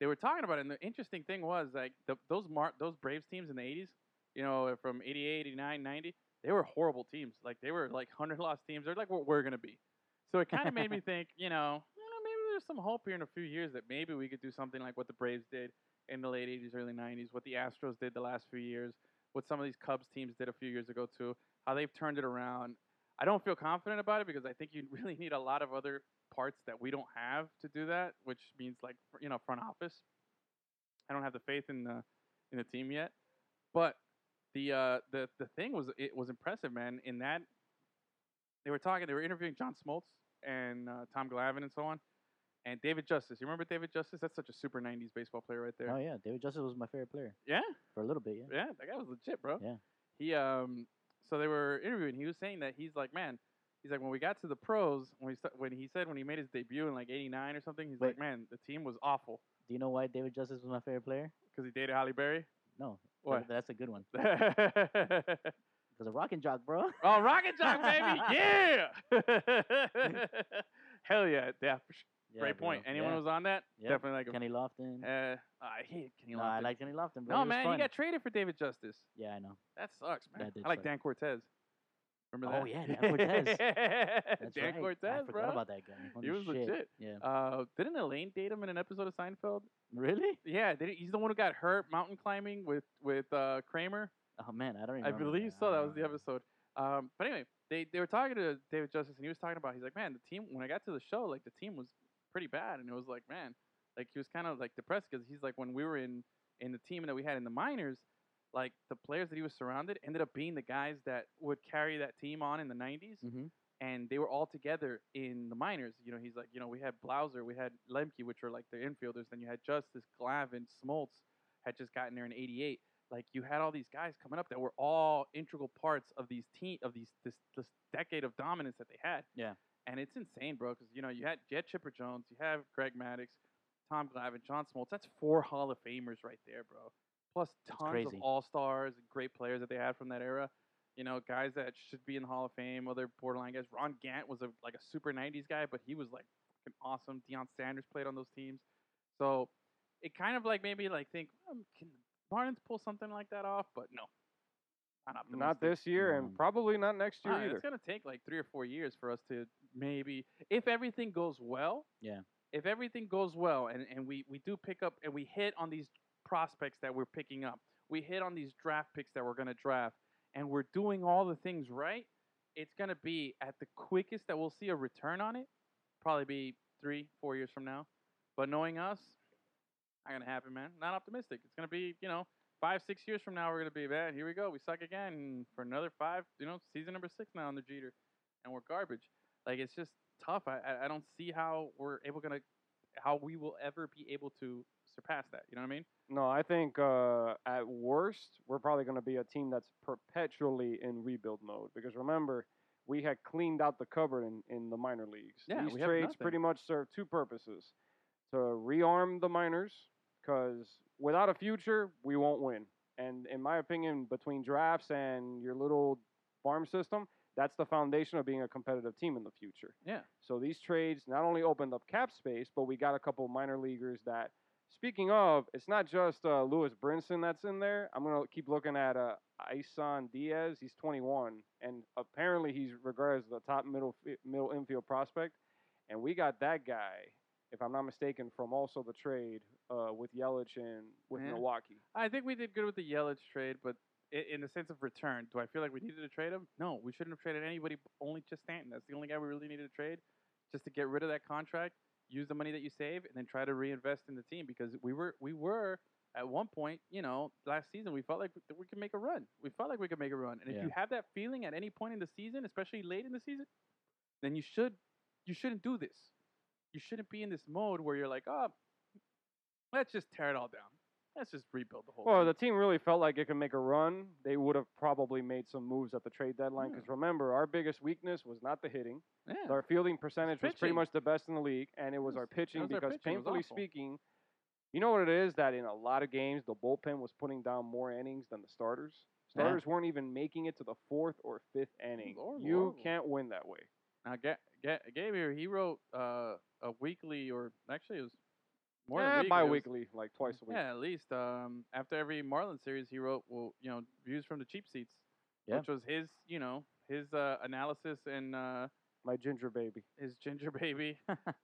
[SPEAKER 1] they were talking about it, and the interesting thing was like the, those Mar- those Braves teams in the '80s, you know, from '88, '89, '90, they were horrible teams. Like they were like hundred loss teams. They're like what we're gonna be. So it kind of made me think, you know, you know, maybe there's some hope here in a few years that maybe we could do something like what the Braves did in the late 80s, early 90s, what the Astros did the last few years, what some of these Cubs teams did a few years ago, too, how they've turned it around. I don't feel confident about it because I think you really need a lot of other parts that we don't have to do that, which means like, fr- you know, front office. I don't have the faith in the, in the team yet. But the, uh, the, the thing was, it was impressive, man, in that they were talking, they were interviewing John Smoltz and uh, Tom Glavine and so on, and David Justice. You remember David Justice? That's such a super '90s baseball player right there.
[SPEAKER 3] Oh yeah, David Justice was my favorite player
[SPEAKER 1] Yeah,
[SPEAKER 3] for a little bit. Yeah.
[SPEAKER 1] yeah, that guy was legit, bro.
[SPEAKER 3] Yeah.
[SPEAKER 1] He um, so they were interviewing. He was saying that he's like, man, he's like when we got to the pros, when we st- when he said when he made his debut in like '89 or something, he's like,
[SPEAKER 3] Wait.
[SPEAKER 1] man, the team was awful
[SPEAKER 3] Do you know why David Justice was my favorite player?
[SPEAKER 1] because he dated Halle Berry.
[SPEAKER 3] No.
[SPEAKER 1] What?
[SPEAKER 3] That- that's a good one.
[SPEAKER 1] oh,
[SPEAKER 3] Because of Rock and Jock, bro.
[SPEAKER 1] Rocket Jock, baby, yeah, hell yeah, yeah, for sure.
[SPEAKER 3] Yeah,
[SPEAKER 1] great
[SPEAKER 3] bro.
[SPEAKER 1] point. Anyone
[SPEAKER 3] yeah.
[SPEAKER 1] who's on that,
[SPEAKER 3] Yeah.
[SPEAKER 1] definitely like him.
[SPEAKER 3] Kenny Lofton.
[SPEAKER 1] Uh, I hate Kenny
[SPEAKER 3] no,
[SPEAKER 1] Lofton.
[SPEAKER 3] I like Kenny Lofton,
[SPEAKER 1] no,
[SPEAKER 3] bro. He was
[SPEAKER 1] man,
[SPEAKER 3] fun.
[SPEAKER 1] he got traded for David Justice.
[SPEAKER 3] Yeah, I know.
[SPEAKER 1] That sucks, man.
[SPEAKER 3] That did
[SPEAKER 1] I like
[SPEAKER 3] suck.
[SPEAKER 1] Dan Cortez. Remember that?
[SPEAKER 3] Oh, yeah, Dan Cortez. That's
[SPEAKER 1] Dan
[SPEAKER 3] right. I
[SPEAKER 1] Cortez,
[SPEAKER 3] forgot
[SPEAKER 1] bro.
[SPEAKER 3] about that guy. Holy
[SPEAKER 1] he was
[SPEAKER 3] shit.
[SPEAKER 1] legit.
[SPEAKER 3] Yeah.
[SPEAKER 1] Uh, didn't Elaine date him in an episode of Seinfeld?
[SPEAKER 3] Really?
[SPEAKER 1] Yeah, did he, he's the one who got hurt mountain climbing with with uh, Kramer.
[SPEAKER 3] Oh man, I don't
[SPEAKER 1] I
[SPEAKER 3] remember.
[SPEAKER 1] believe
[SPEAKER 3] that. I
[SPEAKER 1] so. That
[SPEAKER 3] don't
[SPEAKER 1] was the
[SPEAKER 3] remember.
[SPEAKER 1] episode. Um, but anyway, they, they were talking to David Justice, and he was talking about he's like, man, the team. When I got to the show, like the team was pretty bad, and it was like, man, like he was kind of like depressed because he's like, when we were in in the team that we had in the minors, like the players that he was surrounded ended up being the guys that would carry that team on in the '90s,
[SPEAKER 3] Mhm.
[SPEAKER 1] and they were all together in the minors. You know, he's like, you know, we had Blauser, we had Lemke, which were like the infielders. Then you had Justice, Glavin, Smoltz had just gotten there in '88 like you had all these guys coming up that were all integral parts of these team of these this this decade of dominance that they had.
[SPEAKER 3] Yeah.
[SPEAKER 1] and it's insane, bro. Because you know you had you had Chipper Jones, you have Greg Maddox, Tom Glavine, John Smoltz. That's four Hall of Famers right there, bro. Plus tons of
[SPEAKER 3] crazy.
[SPEAKER 1] All Stars, great players that they had from that era. You know, guys that should be in the Hall of Fame, other borderline guys. Ron Gant was a like a super '90s guy, but he was like fucking awesome. Deion Sanders played on those teams, so it kind of like made me like think, um, can Martins pull something like that off? But no, not optimistic.
[SPEAKER 2] Not this year, and
[SPEAKER 3] Mm.
[SPEAKER 2] probably not next year
[SPEAKER 1] Ah,
[SPEAKER 2] either.
[SPEAKER 1] It's gonna take like three or four years for us to maybe, if everything goes well.
[SPEAKER 3] Yeah.
[SPEAKER 1] If everything goes well, and, and we we do pick up and we hit on these prospects that we're picking up, we hit on these draft picks that we're gonna draft, and we're doing all the things right. It's gonna be at the quickest that we'll see a return on it. Probably be three, four years from now. But knowing us, not gonna happen, man. Not optimistic. It's gonna be, you know, five, six years from now, we're gonna be bad. Here we go. We suck again for another five. You know, season number six now under Jeter, and we're garbage. Like it's just tough. I, I, I don't see how we're able gonna, how we will ever be able to surpass that. You know what I mean?
[SPEAKER 2] No, I think uh, at worst we're probably going to be a team that's perpetually in rebuild mode because remember we had cleaned out the cupboard in, in the minor leagues.
[SPEAKER 1] Yeah,
[SPEAKER 2] These
[SPEAKER 1] we have
[SPEAKER 2] trades
[SPEAKER 1] nothing.
[SPEAKER 2] pretty much serve two purposes: to rearm the minors because without a future we won't win. And in my opinion, between drafts and your little farm system, that's the foundation of being a competitive team in the future.
[SPEAKER 1] Yeah.
[SPEAKER 2] So these trades not only opened up cap space, but we got a couple minor leaguers that. Speaking of, it's not just uh, Lewis Brinson that's in there. I'm gonna keep looking at uh, Ison Diaz. He's 21, and apparently he's regarded as the top middle fi- middle infield prospect. And we got that guy, if I'm not mistaken, from also the trade uh, with Yelich and with
[SPEAKER 1] Yeah.
[SPEAKER 2] Milwaukee.
[SPEAKER 1] I think we did good with the Yelich trade, but i- in the sense of return, do I feel like we needed to trade him? No, we shouldn't have traded anybody. but Only just Stanton. That's the only guy we really needed to trade, just to get rid of that contract. Use the money that you save, and then try to reinvest in the team because we were we were at one point, you know, last season we felt like that we could make a run. We felt like we could make a run, and if
[SPEAKER 3] Yeah.
[SPEAKER 1] you have that feeling at any point in the season, especially late in the season, then you should you shouldn't do this. You shouldn't be in this mode where you're like, oh, let's just tear it all down. Let's just rebuild the whole.
[SPEAKER 2] Well,
[SPEAKER 1] thing.
[SPEAKER 2] the team really felt like it could make a run. They would have probably made some moves at the trade deadline because remember, our biggest weakness was not the hitting.
[SPEAKER 1] Yeah.
[SPEAKER 2] Our fielding percentage was pretty
[SPEAKER 1] pitching.
[SPEAKER 2] much the best in the league, and it was our
[SPEAKER 1] It was- it
[SPEAKER 2] pitching
[SPEAKER 1] was our
[SPEAKER 2] because,
[SPEAKER 1] pitching. It was
[SPEAKER 2] painfully
[SPEAKER 1] awful.
[SPEAKER 2] speaking, you know what it is that in a lot of games the bullpen was putting down more innings than the starters.
[SPEAKER 3] Yeah.
[SPEAKER 2] Starters weren't even making it to the fourth or fifth inning.
[SPEAKER 1] Lord,
[SPEAKER 2] you
[SPEAKER 1] Lord.
[SPEAKER 2] can't win that way.
[SPEAKER 1] Now, Ga- Ga- Gabe here, he wrote uh, a weekly, or actually, it was more
[SPEAKER 2] yeah,
[SPEAKER 1] than a weekly. it was-
[SPEAKER 2] Eh, bi-weekly, like twice a week.
[SPEAKER 1] Yeah, at least um, after every Marlin series, he wrote, well, you know, views from the cheap seats,
[SPEAKER 3] Yeah.
[SPEAKER 1] which was his, you know, his uh, analysis and uh,
[SPEAKER 2] My ginger baby.
[SPEAKER 1] his ginger baby,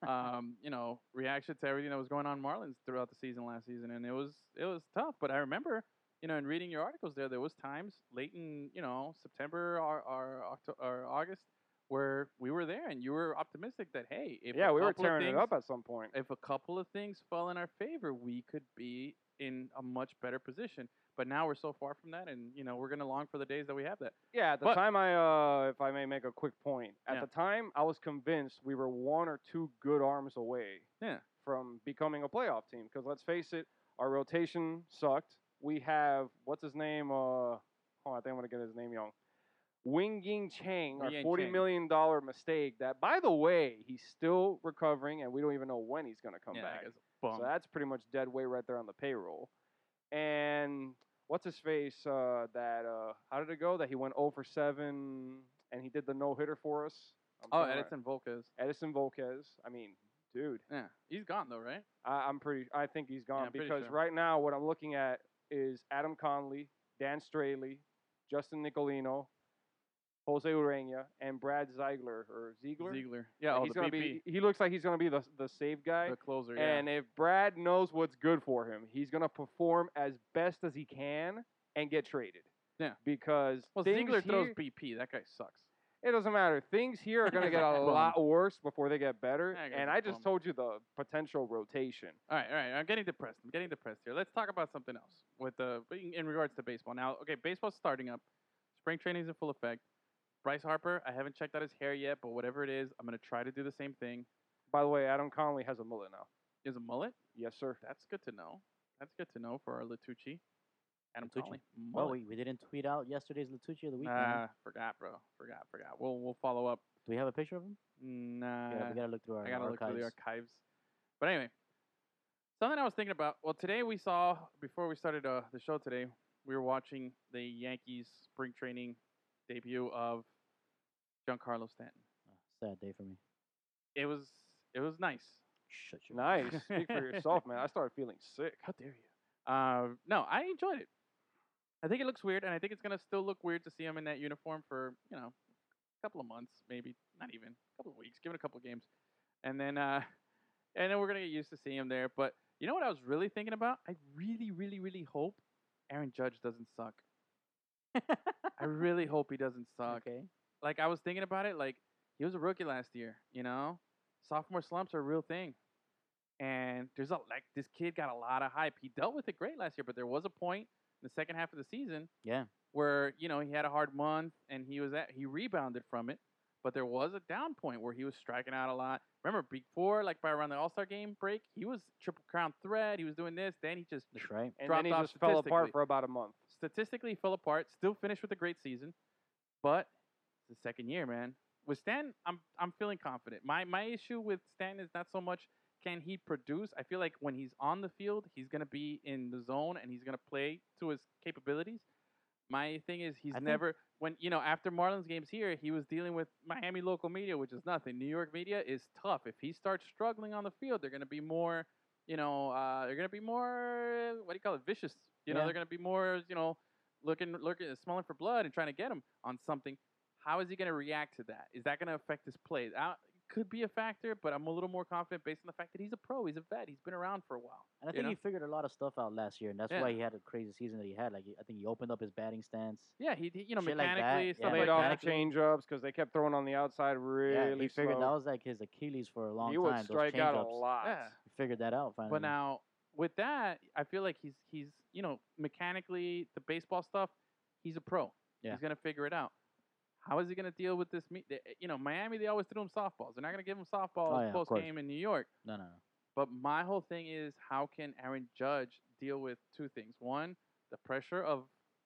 [SPEAKER 1] um, you know, reaction to everything that was going on in Marlins throughout the season last season, and it was it was tough. But I remember, you know, in reading your articles there, there was times late in you know September or or, Octo- or August where we were there and you were optimistic that hey, if
[SPEAKER 2] yeah,
[SPEAKER 1] a
[SPEAKER 2] we were
[SPEAKER 1] couple of
[SPEAKER 2] tearing it
[SPEAKER 1] things-
[SPEAKER 2] up at some point.
[SPEAKER 1] if a couple of things fell in our favor, we could be in a much better position. But now we're so far from that, and you know we're gonna long for the days that we have that.
[SPEAKER 2] Yeah, at the
[SPEAKER 1] But-
[SPEAKER 2] time I, uh, if I may make a quick point, at
[SPEAKER 1] Yeah.
[SPEAKER 2] the time I was convinced we were one or two good arms away
[SPEAKER 1] Yeah.
[SPEAKER 2] from becoming a playoff team. Because let's face it, our rotation sucked. We have what's his name? Uh, oh, I think I'm gonna get his name wrong. Wing Ying Chang, our
[SPEAKER 1] Wing Ying
[SPEAKER 2] forty
[SPEAKER 1] Chang.
[SPEAKER 2] million dollar mistake. That, by the way, he's still recovering, and we don't even know when he's gonna come
[SPEAKER 1] yeah,
[SPEAKER 2] back.
[SPEAKER 1] that guy's a bum.
[SPEAKER 2] So that's pretty much dead weight right there on the payroll. And what's his face? Uh, that uh, how did it go? That he went 0 for 7 and he did the no hitter for us. I'm
[SPEAKER 1] oh,
[SPEAKER 2] sorry.
[SPEAKER 1] Edison Volquez.
[SPEAKER 2] Edison Volquez. I mean, dude,
[SPEAKER 1] Yeah, he's gone though, right?
[SPEAKER 2] I, I'm pretty. I think he's gone
[SPEAKER 1] I'm pretty
[SPEAKER 2] because
[SPEAKER 1] sure.
[SPEAKER 2] right now what I'm looking at is Adam Conley, Dan Straley, Justin Nicolino, Jose Urania, and Brad Ziegler or Ziegler.
[SPEAKER 1] Ziegler. Yeah, oh,
[SPEAKER 2] he's
[SPEAKER 1] the
[SPEAKER 2] gonna
[SPEAKER 1] BP,
[SPEAKER 2] be. He looks like he's gonna be the the save guy.
[SPEAKER 1] the closer. Yeah.
[SPEAKER 2] And if Brad knows what's good for him, he's going to perform as best as he can and get traded.
[SPEAKER 1] Yeah.
[SPEAKER 2] Because
[SPEAKER 1] well,
[SPEAKER 2] things
[SPEAKER 1] Ziegler throws
[SPEAKER 2] here-
[SPEAKER 1] BP. That guy sucks.
[SPEAKER 2] it doesn't matter. Things here are going to get a
[SPEAKER 1] Bum.
[SPEAKER 2] lot worse before they get better.
[SPEAKER 1] That guy's
[SPEAKER 2] And
[SPEAKER 1] a
[SPEAKER 2] I just
[SPEAKER 1] bum.
[SPEAKER 2] told you the potential rotation.
[SPEAKER 1] All right, all right. I'm getting depressed. I'm getting depressed here. Let's talk about something else with the in- in regards to baseball. Now, okay, baseball's starting up. Spring training's in full effect. Bryce Harper, I haven't checked out his hair yet, but whatever it is, I'm gonna try to do the same thing.
[SPEAKER 2] By the way, Adam Conley has a mullet now.
[SPEAKER 1] He has a mullet.
[SPEAKER 2] Yes, sir.
[SPEAKER 1] That's good to know. That's good to know for our Latucci. Adam
[SPEAKER 3] Latucci.
[SPEAKER 1] Conley.
[SPEAKER 3] well,
[SPEAKER 2] Oh,
[SPEAKER 1] Mullet.
[SPEAKER 3] we, we didn't tweet out yesterday's Latucci of the week. man.
[SPEAKER 1] Nah, forgot, bro. Forgot, forgot. We'll we'll follow up.
[SPEAKER 3] Do we have a picture of him?
[SPEAKER 1] Nah.
[SPEAKER 3] Yeah, we gotta look through our
[SPEAKER 1] I gotta
[SPEAKER 3] archives.
[SPEAKER 1] look through the archives. But anyway, something I was thinking about. Well, today we saw before we started uh, the show today, we were watching the Yankees spring training debut of Giancarlo Stanton.
[SPEAKER 3] Ah, Sad day for me.
[SPEAKER 1] It was it was nice.
[SPEAKER 3] Shut your mouth.
[SPEAKER 2] Nice. Speak for yourself, man. I started feeling sick.
[SPEAKER 1] How dare you? Uh, no, I enjoyed it. I think it looks weird, and I think it's gonna still look weird to see him in that uniform for you know a couple of months, maybe not even a couple of weeks. Give it a couple of games, and then uh, and then we're gonna get used to seeing him there. But you know what I was really thinking about? I really, really, really hope Aaron Judge doesn't suck. I really hope he doesn't suck.
[SPEAKER 3] Okay.
[SPEAKER 1] Like I was thinking about it, like he was a rookie last year. You know, sophomore slumps are a real thing. And there's a like this kid got a lot of hype. He dealt with it great last year, but there was a point in the second half of the season
[SPEAKER 3] Yeah.
[SPEAKER 1] where you know he had a hard month and he was at he rebounded from it, but there was a down point where he was striking out a lot. Remember before, like by around the All Star game break, he was triple crown threat. He was doing this. Then he just
[SPEAKER 3] That's right.
[SPEAKER 2] And
[SPEAKER 1] Dropped
[SPEAKER 2] then he
[SPEAKER 1] off
[SPEAKER 2] just fell
[SPEAKER 1] statistically.
[SPEAKER 2] apart for about a month.
[SPEAKER 1] statistically fell apart. Still finished with a great season, but it's the second year, man. With Stan, I'm I'm feeling confident. My my issue with Stan is not so much can he produce. I feel like when he's on the field, he's gonna be in the zone and he's gonna play to his capabilities. My thing is he's
[SPEAKER 3] I think-
[SPEAKER 1] never when you know after Marlins games here, he was dealing with Miami local media, which is nothing. New York media is tough. If he starts struggling on the field, they're gonna be more you know, uh, they're gonna be more what do you call it, vicious. You know,
[SPEAKER 3] Yeah.
[SPEAKER 1] they're gonna be more, you know, looking, looking, smelling for blood and trying to get him on something. How is he gonna react to that? Is that gonna affect his plays? Uh, could be a factor, but I'm a little more confident based on the fact that he's a pro, he's a vet, he's been around for a while.
[SPEAKER 3] And
[SPEAKER 1] you
[SPEAKER 3] I think
[SPEAKER 1] know?
[SPEAKER 3] he figured a lot of stuff out last year, and that's
[SPEAKER 1] Yeah.
[SPEAKER 3] why he had a crazy season that he had. Like, he- I think he opened up his batting stance.
[SPEAKER 1] Yeah, he, he- you know,
[SPEAKER 3] Shit like that,
[SPEAKER 1] mechanically,
[SPEAKER 3] yeah,
[SPEAKER 1] stuff
[SPEAKER 2] Laid
[SPEAKER 1] like
[SPEAKER 3] like
[SPEAKER 2] off
[SPEAKER 1] that.
[SPEAKER 3] that.
[SPEAKER 2] changeups because they kept throwing on the outside really
[SPEAKER 3] yeah, he figured
[SPEAKER 2] slow.
[SPEAKER 3] that was like his Achilles for a long
[SPEAKER 2] he
[SPEAKER 3] time.
[SPEAKER 2] would strike
[SPEAKER 3] those
[SPEAKER 2] out a
[SPEAKER 3] changeups.
[SPEAKER 2] lot.
[SPEAKER 1] Yeah.
[SPEAKER 3] He figured that out finally.
[SPEAKER 1] But now with that, I feel like he's he's you know mechanically the baseball stuff. He's a pro.
[SPEAKER 3] Yeah.
[SPEAKER 1] He's gonna figure it out. How is he gonna deal with this? Me- they- you know, Miami. They always throw him softballs. They're not gonna give him softballs
[SPEAKER 3] Oh, yeah, of
[SPEAKER 1] post
[SPEAKER 3] course.
[SPEAKER 1] game in New York.
[SPEAKER 3] no, no, no.
[SPEAKER 1] But my whole thing is, how can Aaron Judge deal with two things? One, the pressure of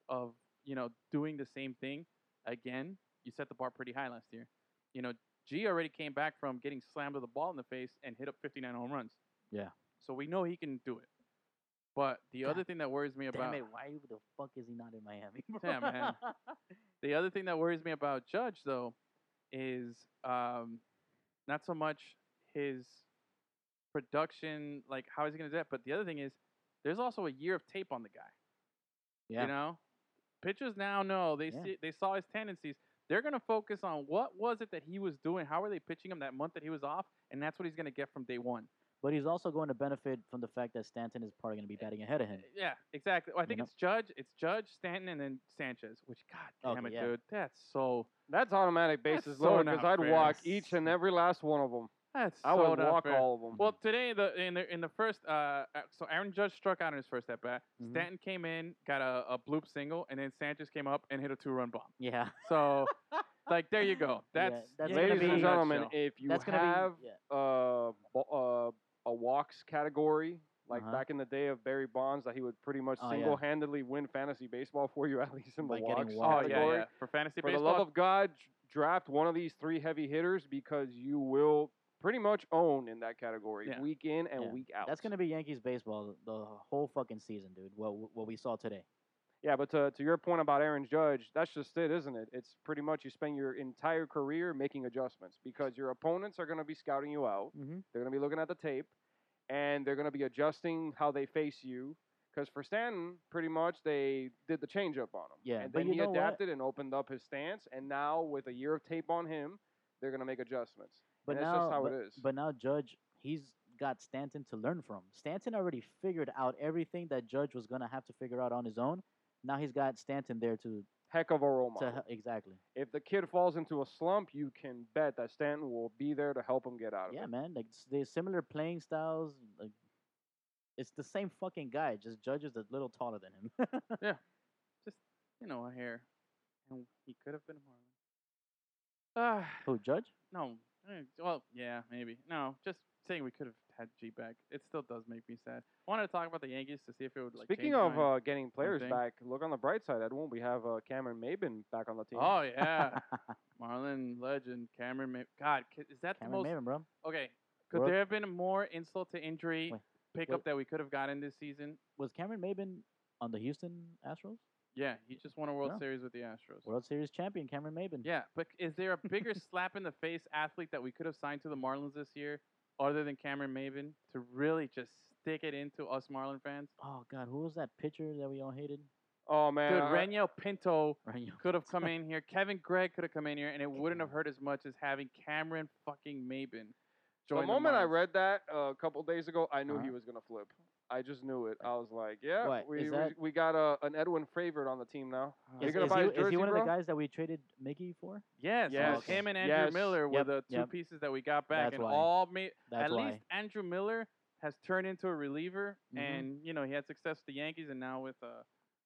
[SPEAKER 1] of you know doing the same thing again. You set the bar pretty high last year. You know, G already came back from getting slammed with a ball in the face and hit up 59 home runs.
[SPEAKER 3] Yeah.
[SPEAKER 1] So we know he can do it. But the
[SPEAKER 3] God
[SPEAKER 1] other thing that worries me
[SPEAKER 3] Damn
[SPEAKER 1] about
[SPEAKER 3] it! Why the fuck is he not in Miami? bro?
[SPEAKER 1] Yeah, man. the other thing that worries me about Judge though is um, not so much his production, like how is he going to do that, but the other thing is there's also a year of tape on the guy.
[SPEAKER 3] Yeah.
[SPEAKER 1] You know, pitchers now know they
[SPEAKER 3] Yeah.
[SPEAKER 1] see they saw his tendencies. They're going to focus on what was it that he was doing, how were they pitching him that month that he was off, and that's what he's going to get from day one.
[SPEAKER 3] But he's also going to benefit from the fact that Stanton is probably going to be
[SPEAKER 2] Eh,
[SPEAKER 3] batting ahead of him.
[SPEAKER 1] Yeah, exactly. Well, I
[SPEAKER 3] You
[SPEAKER 1] think
[SPEAKER 3] know?
[SPEAKER 1] it's Judge, it's Judge, Stanton, and then Sanchez. Which, god damn
[SPEAKER 3] Okay,
[SPEAKER 1] it,
[SPEAKER 3] yeah.
[SPEAKER 1] dude, that's so
[SPEAKER 2] That's automatic
[SPEAKER 1] That's
[SPEAKER 2] bases
[SPEAKER 1] so
[SPEAKER 2] loaded
[SPEAKER 1] not
[SPEAKER 2] because I'd
[SPEAKER 1] fair.
[SPEAKER 2] walk each and every last one of them.
[SPEAKER 1] that's
[SPEAKER 2] I
[SPEAKER 1] so
[SPEAKER 2] would
[SPEAKER 1] not
[SPEAKER 2] walk
[SPEAKER 1] fair.
[SPEAKER 2] all of them.
[SPEAKER 1] Well, today the in the in the first, uh, uh, so Aaron Judge struck out in his first at bat.
[SPEAKER 3] Mhm.
[SPEAKER 1] Stanton came in, got a, a bloop single, and then Sanchez came up and hit a two run bomb.
[SPEAKER 3] Yeah,
[SPEAKER 1] So, like, there you go.
[SPEAKER 3] Yeah,
[SPEAKER 1] That's
[SPEAKER 3] that's
[SPEAKER 1] in
[SPEAKER 3] gonna
[SPEAKER 1] a
[SPEAKER 2] Ladies and
[SPEAKER 3] be-
[SPEAKER 2] gentlemen,
[SPEAKER 1] nutshell.
[SPEAKER 2] if you
[SPEAKER 3] that's going to
[SPEAKER 2] have
[SPEAKER 3] be. Yeah.
[SPEAKER 2] uh, bo- uh, a walks category, like
[SPEAKER 3] Uh-huh.
[SPEAKER 2] back in the day of Barry Bonds, that he would pretty much
[SPEAKER 3] Oh, yeah.
[SPEAKER 2] single-handedly win fantasy baseball for you, at least in the
[SPEAKER 3] By getting
[SPEAKER 1] oh
[SPEAKER 3] walked.
[SPEAKER 2] walks
[SPEAKER 1] yeah,
[SPEAKER 2] category.
[SPEAKER 1] yeah, for fantasy
[SPEAKER 2] For the
[SPEAKER 1] baseball,
[SPEAKER 2] love of God, d- draft one of these three heavy hitters because you will pretty much own in that category,
[SPEAKER 1] Yeah.
[SPEAKER 2] week in and
[SPEAKER 3] Yeah.
[SPEAKER 2] week out.
[SPEAKER 3] That's going to be Yankees baseball the whole fucking season, dude. What what we saw today.
[SPEAKER 2] Yeah, but to, to your point about Aaron Judge, that's just it, isn't it? It's pretty much you spend your entire career making adjustments because your opponents are going to be scouting you out.
[SPEAKER 3] Mhm.
[SPEAKER 2] They're going to be looking at the tape, and they're going to be adjusting how they face you. Because for Stanton, pretty much they did the changeup on him.
[SPEAKER 3] Yeah,
[SPEAKER 2] and
[SPEAKER 3] but
[SPEAKER 2] then
[SPEAKER 3] you
[SPEAKER 2] he
[SPEAKER 3] know what?
[SPEAKER 2] adapted and opened up his stance. And now with a year of tape on him, they're going to make adjustments.
[SPEAKER 3] But
[SPEAKER 2] And that's
[SPEAKER 3] now,
[SPEAKER 2] just how
[SPEAKER 3] but,
[SPEAKER 2] it is.
[SPEAKER 3] but now Judge, he's got Stanton to learn from. Stanton already figured out everything that Judge was gonna have to figure out on his own. Now he's got Stanton there to
[SPEAKER 2] Heck of a role
[SPEAKER 3] to
[SPEAKER 2] model.
[SPEAKER 3] hel- exactly.
[SPEAKER 2] if the kid falls into a slump, you can bet that Stanton will be there to help him get out of it.
[SPEAKER 3] Yeah, man. Like s- they similar playing styles. Like it's the same fucking guy. Just Judge is a little taller than him.
[SPEAKER 1] you know, a hair, and he could have been a Marlin. Ah,
[SPEAKER 3] Who Judge?
[SPEAKER 1] no, eh, well, yeah, maybe. No, just saying we could have had G back. It still does make me sad. I wanted to talk about the Yankees to see if it would like.
[SPEAKER 2] Speaking
[SPEAKER 1] change
[SPEAKER 2] of
[SPEAKER 1] my-
[SPEAKER 2] uh, getting players
[SPEAKER 1] thing.
[SPEAKER 2] back, look on the bright side, Edwin. We have uh, Cameron Maben back on the team.
[SPEAKER 1] oh yeah, Marlin legend Cameron. May- God, ca- is that the
[SPEAKER 3] Cameron
[SPEAKER 1] most?
[SPEAKER 3] Maven, bro.
[SPEAKER 1] Okay. Could
[SPEAKER 2] Well-
[SPEAKER 1] there have been a more insult to injury
[SPEAKER 3] Wait,
[SPEAKER 1] pickup
[SPEAKER 3] wait.
[SPEAKER 1] that we could have gotten this season?
[SPEAKER 3] Was Cameron Maben on the Houston Astros?
[SPEAKER 1] Yeah, he just won a World
[SPEAKER 3] Yeah.
[SPEAKER 1] Series with the Astros.
[SPEAKER 3] World Series champion Cameron Maben.
[SPEAKER 1] Yeah, but is there a bigger slap in the face athlete that we could have signed to the Marlins this year, other than Cameron Maven, to really just stick it into us Marlin fans?
[SPEAKER 3] Oh God, who was that pitcher that we all hated?
[SPEAKER 2] Oh man,
[SPEAKER 1] Dude,
[SPEAKER 2] I-
[SPEAKER 1] Raniel Pinto
[SPEAKER 3] Right, yo.
[SPEAKER 1] could have come in here. Kevin Gregg could have come in here, and it wouldn't have hurt as much as having Cameron fucking Maben join.
[SPEAKER 2] the moment I
[SPEAKER 1] Marlins.
[SPEAKER 2] read that uh, a couple days ago, I knew
[SPEAKER 3] Uh-huh.
[SPEAKER 2] he was gonna flip. I just knew it. I was like, yeah,
[SPEAKER 3] What,
[SPEAKER 2] we,
[SPEAKER 3] is
[SPEAKER 2] we
[SPEAKER 3] that-
[SPEAKER 2] we got a, an Edwin favorite on the team now. You're
[SPEAKER 3] Is,
[SPEAKER 2] gonna
[SPEAKER 3] is
[SPEAKER 2] buy
[SPEAKER 3] he,
[SPEAKER 2] his
[SPEAKER 3] is
[SPEAKER 2] jersey,
[SPEAKER 3] he one
[SPEAKER 2] bro?
[SPEAKER 3] of the guys that we traded Mickey for?
[SPEAKER 1] yes, it was
[SPEAKER 2] Yes.
[SPEAKER 1] him and Andrew
[SPEAKER 2] Yes.
[SPEAKER 1] Miller were
[SPEAKER 3] Yep,
[SPEAKER 1] the two
[SPEAKER 3] yep.
[SPEAKER 1] pieces that we got back,
[SPEAKER 3] That's
[SPEAKER 1] and
[SPEAKER 3] why.
[SPEAKER 1] all ma-
[SPEAKER 3] That's
[SPEAKER 1] at
[SPEAKER 3] why.
[SPEAKER 1] least Andrew Miller has turned into a reliever,
[SPEAKER 3] Mhm.
[SPEAKER 1] and you know he had success with the Yankees, and now with uh,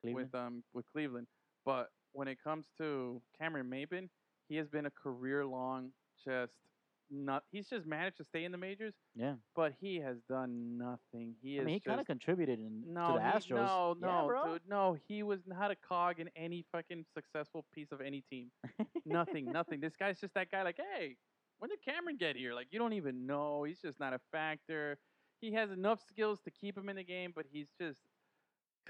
[SPEAKER 3] Cleveland.
[SPEAKER 1] with um with Cleveland. But when it comes to Cameron Maben, he has been a career long just not. He's just managed to stay in the majors.
[SPEAKER 3] Yeah.
[SPEAKER 1] But he has done nothing. He is
[SPEAKER 3] I mean, he kind
[SPEAKER 1] just
[SPEAKER 3] of contributed in,
[SPEAKER 1] no,
[SPEAKER 3] to the
[SPEAKER 1] he-
[SPEAKER 3] Astros.
[SPEAKER 1] no, no,
[SPEAKER 3] yeah, bro.
[SPEAKER 1] dude, no. He was not a cog in any fucking successful piece of any team. nothing, nothing. This guy's just that guy. Like, hey, when did Cameron get here? Like, you don't even know. He's just not a factor. He has enough skills to keep him in the game, but he's just,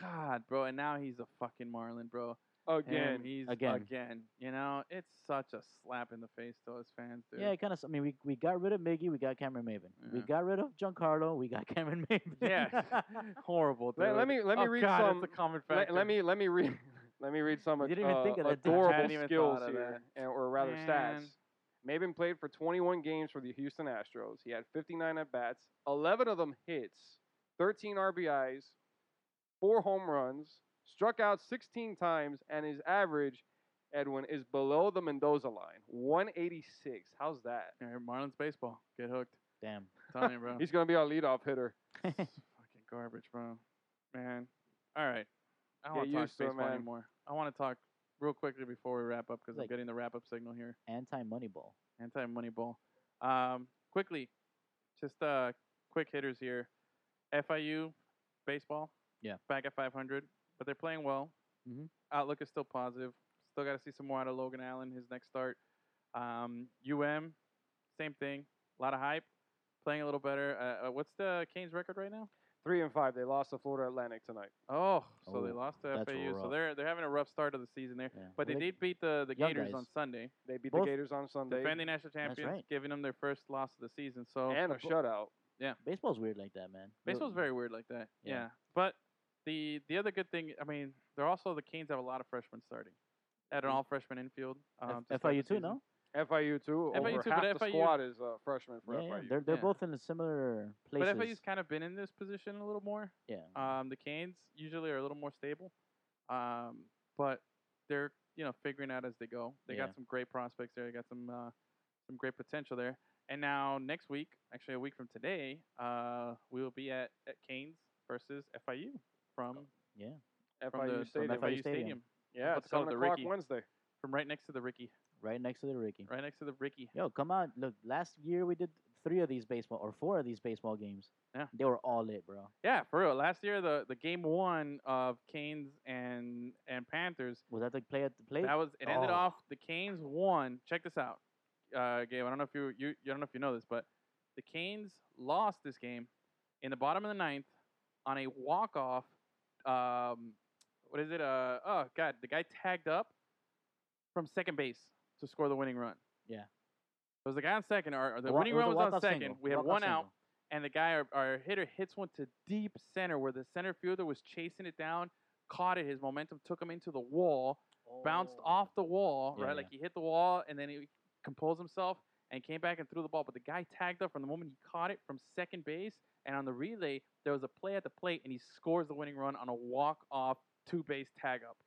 [SPEAKER 1] God, bro. And now he's a fucking Marlin, bro.
[SPEAKER 2] Again,
[SPEAKER 1] Him, he's
[SPEAKER 3] Again.
[SPEAKER 1] again. You know, it's such a slap in the face to us fans, dude.
[SPEAKER 3] Yeah, it kind of. I mean, we, we got rid of Miggy, we got Cameron Maven. We
[SPEAKER 1] Yeah.
[SPEAKER 3] got rid of Giancarlo, we got Cameron Maven.
[SPEAKER 1] Yeah. Horrible, dude.
[SPEAKER 2] let, let me let me
[SPEAKER 1] Oh,
[SPEAKER 2] read
[SPEAKER 1] God,
[SPEAKER 2] some.
[SPEAKER 1] It's a common
[SPEAKER 2] Let,
[SPEAKER 1] factor.
[SPEAKER 2] let me let me read let me read some
[SPEAKER 3] You
[SPEAKER 2] ad-
[SPEAKER 3] didn't even
[SPEAKER 2] uh,
[SPEAKER 3] think of that, did you? I
[SPEAKER 2] adorable
[SPEAKER 1] hadn't even
[SPEAKER 2] skills
[SPEAKER 1] thought of
[SPEAKER 2] here, and, or rather stats.
[SPEAKER 1] Man.
[SPEAKER 2] Maven played for 21 games for the Houston Astros. He had 59 at bats, 11 of them hits, 13 RBIs, four home runs, struck out 16 times, and his average, Edwin, is below the Mendoza line, 186. How's that?
[SPEAKER 1] All right, Marlins baseball. Get hooked.
[SPEAKER 3] Damn.
[SPEAKER 1] i telling you, bro.
[SPEAKER 2] He's gonna be our leadoff hitter.
[SPEAKER 1] fucking garbage, bro. Man. All right. I don't want
[SPEAKER 2] Get
[SPEAKER 1] to talk
[SPEAKER 2] used to it,
[SPEAKER 1] baseball
[SPEAKER 2] man.
[SPEAKER 1] anymore. I want to talk real quickly before we wrap up because I'm
[SPEAKER 3] Like-
[SPEAKER 1] getting the wrap up signal here.
[SPEAKER 3] Anti Moneyball.
[SPEAKER 1] Anti Moneyball. Um, quickly, just uh, quick hitters here. FIU baseball.
[SPEAKER 3] Yeah.
[SPEAKER 1] Back at 500, but they're playing well.
[SPEAKER 3] Mhm.
[SPEAKER 1] Outlook is still positive. Still got to see some more out of Logan Allen his next start. Um, UM, same thing. A lot of hype. Playing a little better. Uh, uh, what's the Canes record right now?
[SPEAKER 2] Three and five. They lost to Florida Atlantic tonight.
[SPEAKER 1] Oh, so they
[SPEAKER 3] Oh,
[SPEAKER 1] lost to
[SPEAKER 3] that's
[SPEAKER 1] FAU. So
[SPEAKER 3] rough.
[SPEAKER 1] they're they're having a rough start of the season there.
[SPEAKER 3] Yeah.
[SPEAKER 1] But they
[SPEAKER 3] Well,
[SPEAKER 1] did beat the, the
[SPEAKER 3] young
[SPEAKER 1] Gators
[SPEAKER 3] guys.
[SPEAKER 1] on Sunday,
[SPEAKER 2] They beat
[SPEAKER 3] Both-
[SPEAKER 2] the Gators on Sunday.
[SPEAKER 1] defending national champions,
[SPEAKER 3] right.
[SPEAKER 1] giving them their first loss of the season. So
[SPEAKER 2] and a shutout.
[SPEAKER 3] Baseball's weird like that, man. Real-
[SPEAKER 1] baseball's very weird like that. Yeah.
[SPEAKER 3] Yeah.
[SPEAKER 1] But the the other good thing, I mean, they're also the Canes have a lot of freshmen starting at an all freshman infield.
[SPEAKER 3] Mm. F-
[SPEAKER 1] Um, to start
[SPEAKER 3] FIU
[SPEAKER 1] the
[SPEAKER 3] too,
[SPEAKER 1] season.
[SPEAKER 3] no?
[SPEAKER 2] FIU too. Over
[SPEAKER 1] FIU too,
[SPEAKER 2] half
[SPEAKER 1] but
[SPEAKER 2] the
[SPEAKER 1] FIU
[SPEAKER 2] squad is uh, freshman for
[SPEAKER 3] Yeah, yeah,
[SPEAKER 2] FIU.
[SPEAKER 3] They're, they're
[SPEAKER 1] Yeah.
[SPEAKER 3] both in a similar places.
[SPEAKER 1] But FIU's kind of been in this position a little more.
[SPEAKER 3] yeah.
[SPEAKER 1] Um, the Canes usually are a little more stable, um, but they're you know figuring out as they go. They
[SPEAKER 3] Yeah.
[SPEAKER 1] got some great prospects there. They got some uh, some great potential there. And now next week, actually a week from today, uh, we will be at, at Canes versus FIU
[SPEAKER 3] Oh.
[SPEAKER 1] from
[SPEAKER 3] yeah.
[SPEAKER 1] from
[SPEAKER 2] FIU
[SPEAKER 1] the
[SPEAKER 2] Stadium.
[SPEAKER 1] From FIU
[SPEAKER 3] FIU
[SPEAKER 1] Stadium.
[SPEAKER 3] Stadium.
[SPEAKER 2] Yeah,
[SPEAKER 1] What's
[SPEAKER 2] it's
[SPEAKER 1] it called,
[SPEAKER 2] seven
[SPEAKER 1] the
[SPEAKER 2] o'clock
[SPEAKER 1] Ricky?
[SPEAKER 2] Wednesday.
[SPEAKER 1] from right next to the Ricky,
[SPEAKER 3] Right next to the Ricky.
[SPEAKER 1] right next to the Ricky.
[SPEAKER 3] Yo, come out. Look, last year we did three of these baseball or four of these baseball games.
[SPEAKER 1] Yeah.
[SPEAKER 3] They were all lit, bro.
[SPEAKER 1] Yeah, for real. Last year the, the game one of Canes and and Panthers
[SPEAKER 3] Was that the play at the plate?
[SPEAKER 1] That was it. Ended
[SPEAKER 3] Oh.
[SPEAKER 1] off the Canes won. Check this out, uh, Gabe. I don't know if you, you you don't know if you know this, but the Canes lost this game in the bottom of the ninth on a walk off. Um, what is it? Uh, oh God, the guy tagged up from second base to score the winning run.
[SPEAKER 3] Yeah.
[SPEAKER 1] It was the guy on second, or, or the
[SPEAKER 3] A wa-
[SPEAKER 1] winning
[SPEAKER 3] it was
[SPEAKER 1] run
[SPEAKER 3] a
[SPEAKER 1] was on
[SPEAKER 3] walk-off
[SPEAKER 1] second.
[SPEAKER 3] single,
[SPEAKER 1] We had
[SPEAKER 3] walk-off
[SPEAKER 1] one out,
[SPEAKER 3] single.
[SPEAKER 1] and the guy, our, our hitter, hits one to deep center where the center fielder was chasing it down, caught it. His momentum took him into the wall bounced
[SPEAKER 2] Oh.
[SPEAKER 1] off the wall,
[SPEAKER 3] Yeah,
[SPEAKER 1] right? Like he hit the wall and then he composed himself and came back and threw the ball. But the guy tagged up from the moment he caught it from second base. And on the relay, there was a play at the plate and he scores the winning run on a walk off two base tag up.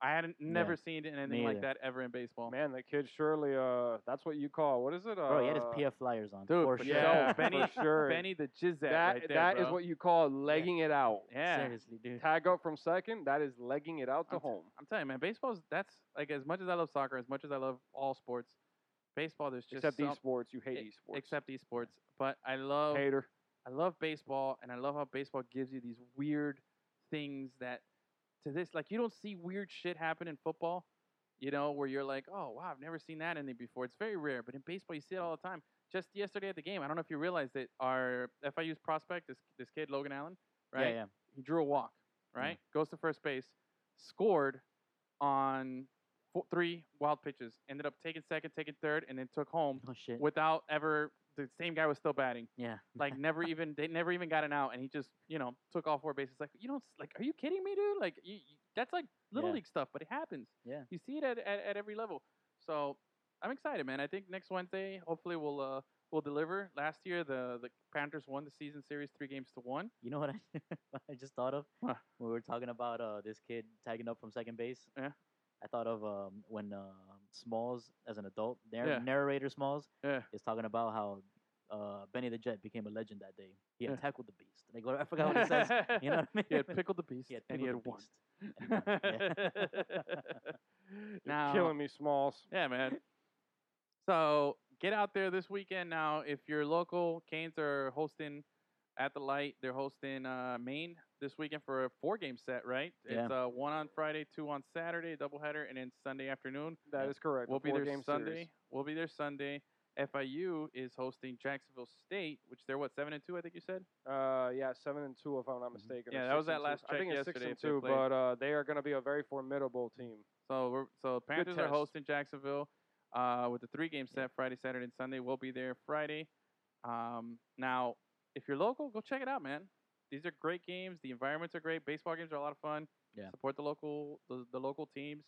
[SPEAKER 1] I hadn't never seen anything like
[SPEAKER 3] either.
[SPEAKER 1] that ever in baseball.
[SPEAKER 2] Man, the kid surely. Uh, that's that's what you call. What is it? Uh,
[SPEAKER 3] Bro, he had his PF flyers on.
[SPEAKER 1] Dude,
[SPEAKER 3] for
[SPEAKER 1] for
[SPEAKER 3] sure.
[SPEAKER 2] Yeah,
[SPEAKER 1] sure. Benny-
[SPEAKER 2] for sure.
[SPEAKER 1] Benny the Jizzat.
[SPEAKER 2] that
[SPEAKER 1] right there,
[SPEAKER 2] that is
[SPEAKER 1] bro.
[SPEAKER 2] what you call legging it out.
[SPEAKER 1] Yeah.
[SPEAKER 3] Seriously, dude.
[SPEAKER 2] Tag up from second. That is legging it out to
[SPEAKER 1] I'm t-
[SPEAKER 2] home.
[SPEAKER 1] I'm telling you, man, baseball's that's like as much as I love soccer, as much as I love all sports, baseball there's just
[SPEAKER 2] Except
[SPEAKER 1] some,
[SPEAKER 2] these sports, you hate
[SPEAKER 1] e-
[SPEAKER 2] these sports.
[SPEAKER 1] except oh, esports. But I love
[SPEAKER 2] hater.
[SPEAKER 1] I love baseball, and I love how baseball gives you these weird things that to this, like you don't see weird shit happen in football, you know, where you're like, oh wow, I've never seen that in there before. It's very rare, but in baseball you see it all the time. Just yesterday at the game, I don't know if you realized that our FIU's prospect, this this kid Logan Allen, right?
[SPEAKER 3] Yeah, yeah.
[SPEAKER 1] He drew a walk,
[SPEAKER 3] Yeah.
[SPEAKER 1] right? Goes to first base. scored on four, three wild pitches, ended up taking second, taking third, and then took home
[SPEAKER 3] Oh shit.
[SPEAKER 1] without ever. The same guy was still batting.
[SPEAKER 3] yeah.
[SPEAKER 1] Like never even they never even got an out, and he just you know took all four bases. Like you don't s- like, are you kidding me, dude? Like you, you- that's like little
[SPEAKER 3] Yeah.
[SPEAKER 1] league stuff, but it happens.
[SPEAKER 3] Yeah.
[SPEAKER 1] you see it at, at, at every level. So I'm excited, man. I think next Wednesday, hopefully we'll uh we'll deliver. Last year the the Panthers won the season series three games to one.
[SPEAKER 3] You know what I, what I just thought of?
[SPEAKER 1] What?
[SPEAKER 3] When we were talking about uh, this kid tagging up from second base.
[SPEAKER 1] Yeah.
[SPEAKER 3] I thought of um, when uh, Smalls, as an adult, narr-
[SPEAKER 1] Yeah.
[SPEAKER 3] narrator Smalls,
[SPEAKER 1] Yeah.
[SPEAKER 3] is talking about how uh, Benny the Jet became a legend that day. He had
[SPEAKER 1] Yeah.
[SPEAKER 3] tackled the beast. Like, what- I forgot what he says. You know what I mean?
[SPEAKER 1] he had pickled the beast
[SPEAKER 3] He had
[SPEAKER 1] and he had
[SPEAKER 3] pickled the
[SPEAKER 1] won.
[SPEAKER 3] beast. and won,
[SPEAKER 2] You're
[SPEAKER 1] now
[SPEAKER 2] killing me, Smalls.
[SPEAKER 1] Yeah, man. So get out there this weekend now. If you're local, Canes are hosting at the light. They're hosting uh, Maine this weekend for a four game set, right? It's uh, one on Friday, two on Saturday, doubleheader, and then Sunday afternoon.
[SPEAKER 2] That is
[SPEAKER 3] Yeah.
[SPEAKER 2] correct.
[SPEAKER 1] We'll be there
[SPEAKER 2] game
[SPEAKER 1] Sunday. We'll be there Sunday. FIU is hosting Jacksonville State, which they're what seven and two, I think you said.
[SPEAKER 2] Uh, yeah, seven and two, if I'm not mistaken. or
[SPEAKER 1] Mm-hmm. Yeah, that was
[SPEAKER 2] six
[SPEAKER 1] that
[SPEAKER 2] and two.
[SPEAKER 1] last
[SPEAKER 2] I
[SPEAKER 1] check
[SPEAKER 2] think it's six
[SPEAKER 1] yesterday
[SPEAKER 2] and
[SPEAKER 1] if they
[SPEAKER 2] two,
[SPEAKER 1] played.
[SPEAKER 2] but uh, they are going to be a very formidable team.
[SPEAKER 1] So we're so Panthers are
[SPEAKER 2] test.
[SPEAKER 1] hosting Jacksonville uh, with the three game set Friday, Saturday, and Sunday. We'll be there Friday. Um, now, if you're local, go check it out, man. These are great games. The environments are great. Baseball games are a lot of fun.
[SPEAKER 3] Yeah.
[SPEAKER 1] Support the local the, the local teams.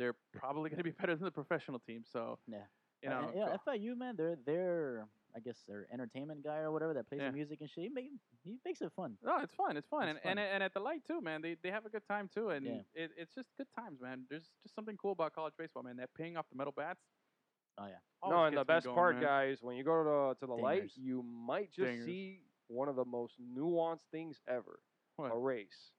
[SPEAKER 1] They're probably going to be better than the professional teams. So
[SPEAKER 3] Yeah.
[SPEAKER 1] you
[SPEAKER 3] Uh,
[SPEAKER 1] know,
[SPEAKER 3] and- yeah,
[SPEAKER 1] go-
[SPEAKER 3] FIU man, they're they're I guess their entertainment guy or whatever that plays
[SPEAKER 1] Yeah. Uh,
[SPEAKER 3] the music and shit. He, make, he makes it fun.
[SPEAKER 1] No, it's fun. It's fun.
[SPEAKER 3] It's
[SPEAKER 1] and,
[SPEAKER 3] fun.
[SPEAKER 1] and and at the light too, man. They they have a good time too, and
[SPEAKER 3] Yeah.
[SPEAKER 1] it, it's just good times, man. There's just something cool about college baseball, man. That ping off the metal bats.
[SPEAKER 3] Oh, yeah.
[SPEAKER 2] no,
[SPEAKER 1] always
[SPEAKER 2] and the
[SPEAKER 1] gets me
[SPEAKER 2] best
[SPEAKER 1] going,
[SPEAKER 2] part,
[SPEAKER 1] man.
[SPEAKER 2] guys, when you go to to the light,
[SPEAKER 3] Dingers.
[SPEAKER 2] you might just
[SPEAKER 1] Dingers.
[SPEAKER 2] see one of the most nuanced things ever:
[SPEAKER 1] What?
[SPEAKER 2] a race.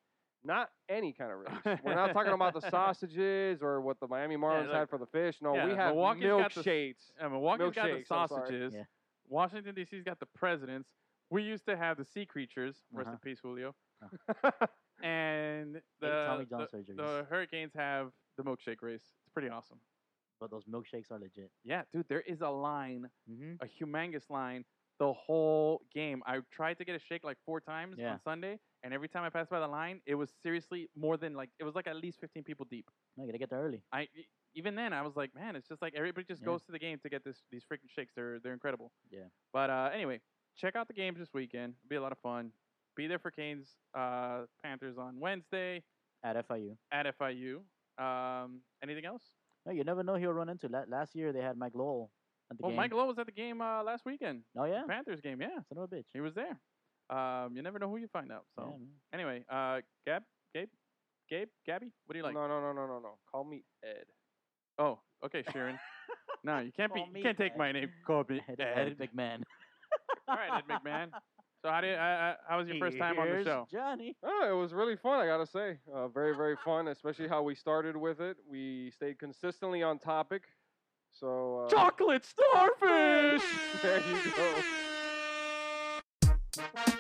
[SPEAKER 2] Not any kind of race. We're not talking about the sausages or what the Miami Marlins
[SPEAKER 1] like-
[SPEAKER 2] had for the fish. No, we
[SPEAKER 1] yeah,
[SPEAKER 2] have
[SPEAKER 1] Milwaukee's got the s-
[SPEAKER 2] milkshakes.
[SPEAKER 1] Yeah, Milwaukee's got the
[SPEAKER 2] Milkshakes, I'm sorry.
[SPEAKER 1] sausages.
[SPEAKER 3] Yeah.
[SPEAKER 1] Washington D.C.'s got the presidents. We used to have the sea creatures. Rest
[SPEAKER 3] Uh-huh.
[SPEAKER 1] in peace, Julio.
[SPEAKER 3] Oh.
[SPEAKER 1] and
[SPEAKER 3] They get Tommy
[SPEAKER 1] the,
[SPEAKER 3] John
[SPEAKER 1] the
[SPEAKER 3] surgeries.
[SPEAKER 1] the Hurricanes have the milkshake race. It's pretty awesome.
[SPEAKER 3] but those milkshakes are legit.
[SPEAKER 1] Yeah, dude, there is a line,
[SPEAKER 3] Mm-hmm.
[SPEAKER 1] a humongous line, the whole game. I tried to get a shake like four times
[SPEAKER 3] Yeah.
[SPEAKER 1] on Sunday, and every time I passed by the line, it was seriously more than like it was like at least fifteen people deep.
[SPEAKER 3] No, you gotta get there early.
[SPEAKER 1] I e- even then I was like, man, it's just like everybody just
[SPEAKER 3] Yeah.
[SPEAKER 1] goes to the game to get this these freaking shakes. They're they're incredible.
[SPEAKER 3] Yeah.
[SPEAKER 1] But uh, anyway, check out the games this weekend. It'll be a lot of fun. Be there for Canes uh, Panthers on Wednesday
[SPEAKER 3] At FIU.
[SPEAKER 1] at FIU. Um, anything else?
[SPEAKER 3] No, you never know who you'll run into. La- last year they had Mike Lowell at the
[SPEAKER 1] well,
[SPEAKER 3] game.
[SPEAKER 1] Oh, Mike Lowe was at the game uh, last weekend.
[SPEAKER 3] Oh yeah,
[SPEAKER 1] Panthers game, yeah,
[SPEAKER 3] son of a bitch.
[SPEAKER 1] he was there. Um, you never know who you find out. So
[SPEAKER 3] Yeah, man.
[SPEAKER 1] anyway, uh, Gab, Gabe, Gabe, Gabby, what do you eh, like?
[SPEAKER 2] no, no, no, no, no, no. Call me Ed.
[SPEAKER 1] Oh, okay, Sharon. no, you can't be.
[SPEAKER 3] Call
[SPEAKER 1] You
[SPEAKER 3] me
[SPEAKER 1] can't take
[SPEAKER 3] Ed.
[SPEAKER 1] my name. Call me
[SPEAKER 3] Ed,
[SPEAKER 1] Ed.
[SPEAKER 3] Ed McMahon.
[SPEAKER 1] All right, Ed McMahon. So how did uh, how was your first time on the
[SPEAKER 3] Here's
[SPEAKER 1] show?
[SPEAKER 3] Johnny.
[SPEAKER 2] Oh, it was really fun, I gotta say. Uh, very, very fun, especially how we started with it. We stayed consistently on topic. So, uh,
[SPEAKER 1] Chocolate starfish.
[SPEAKER 2] there you go.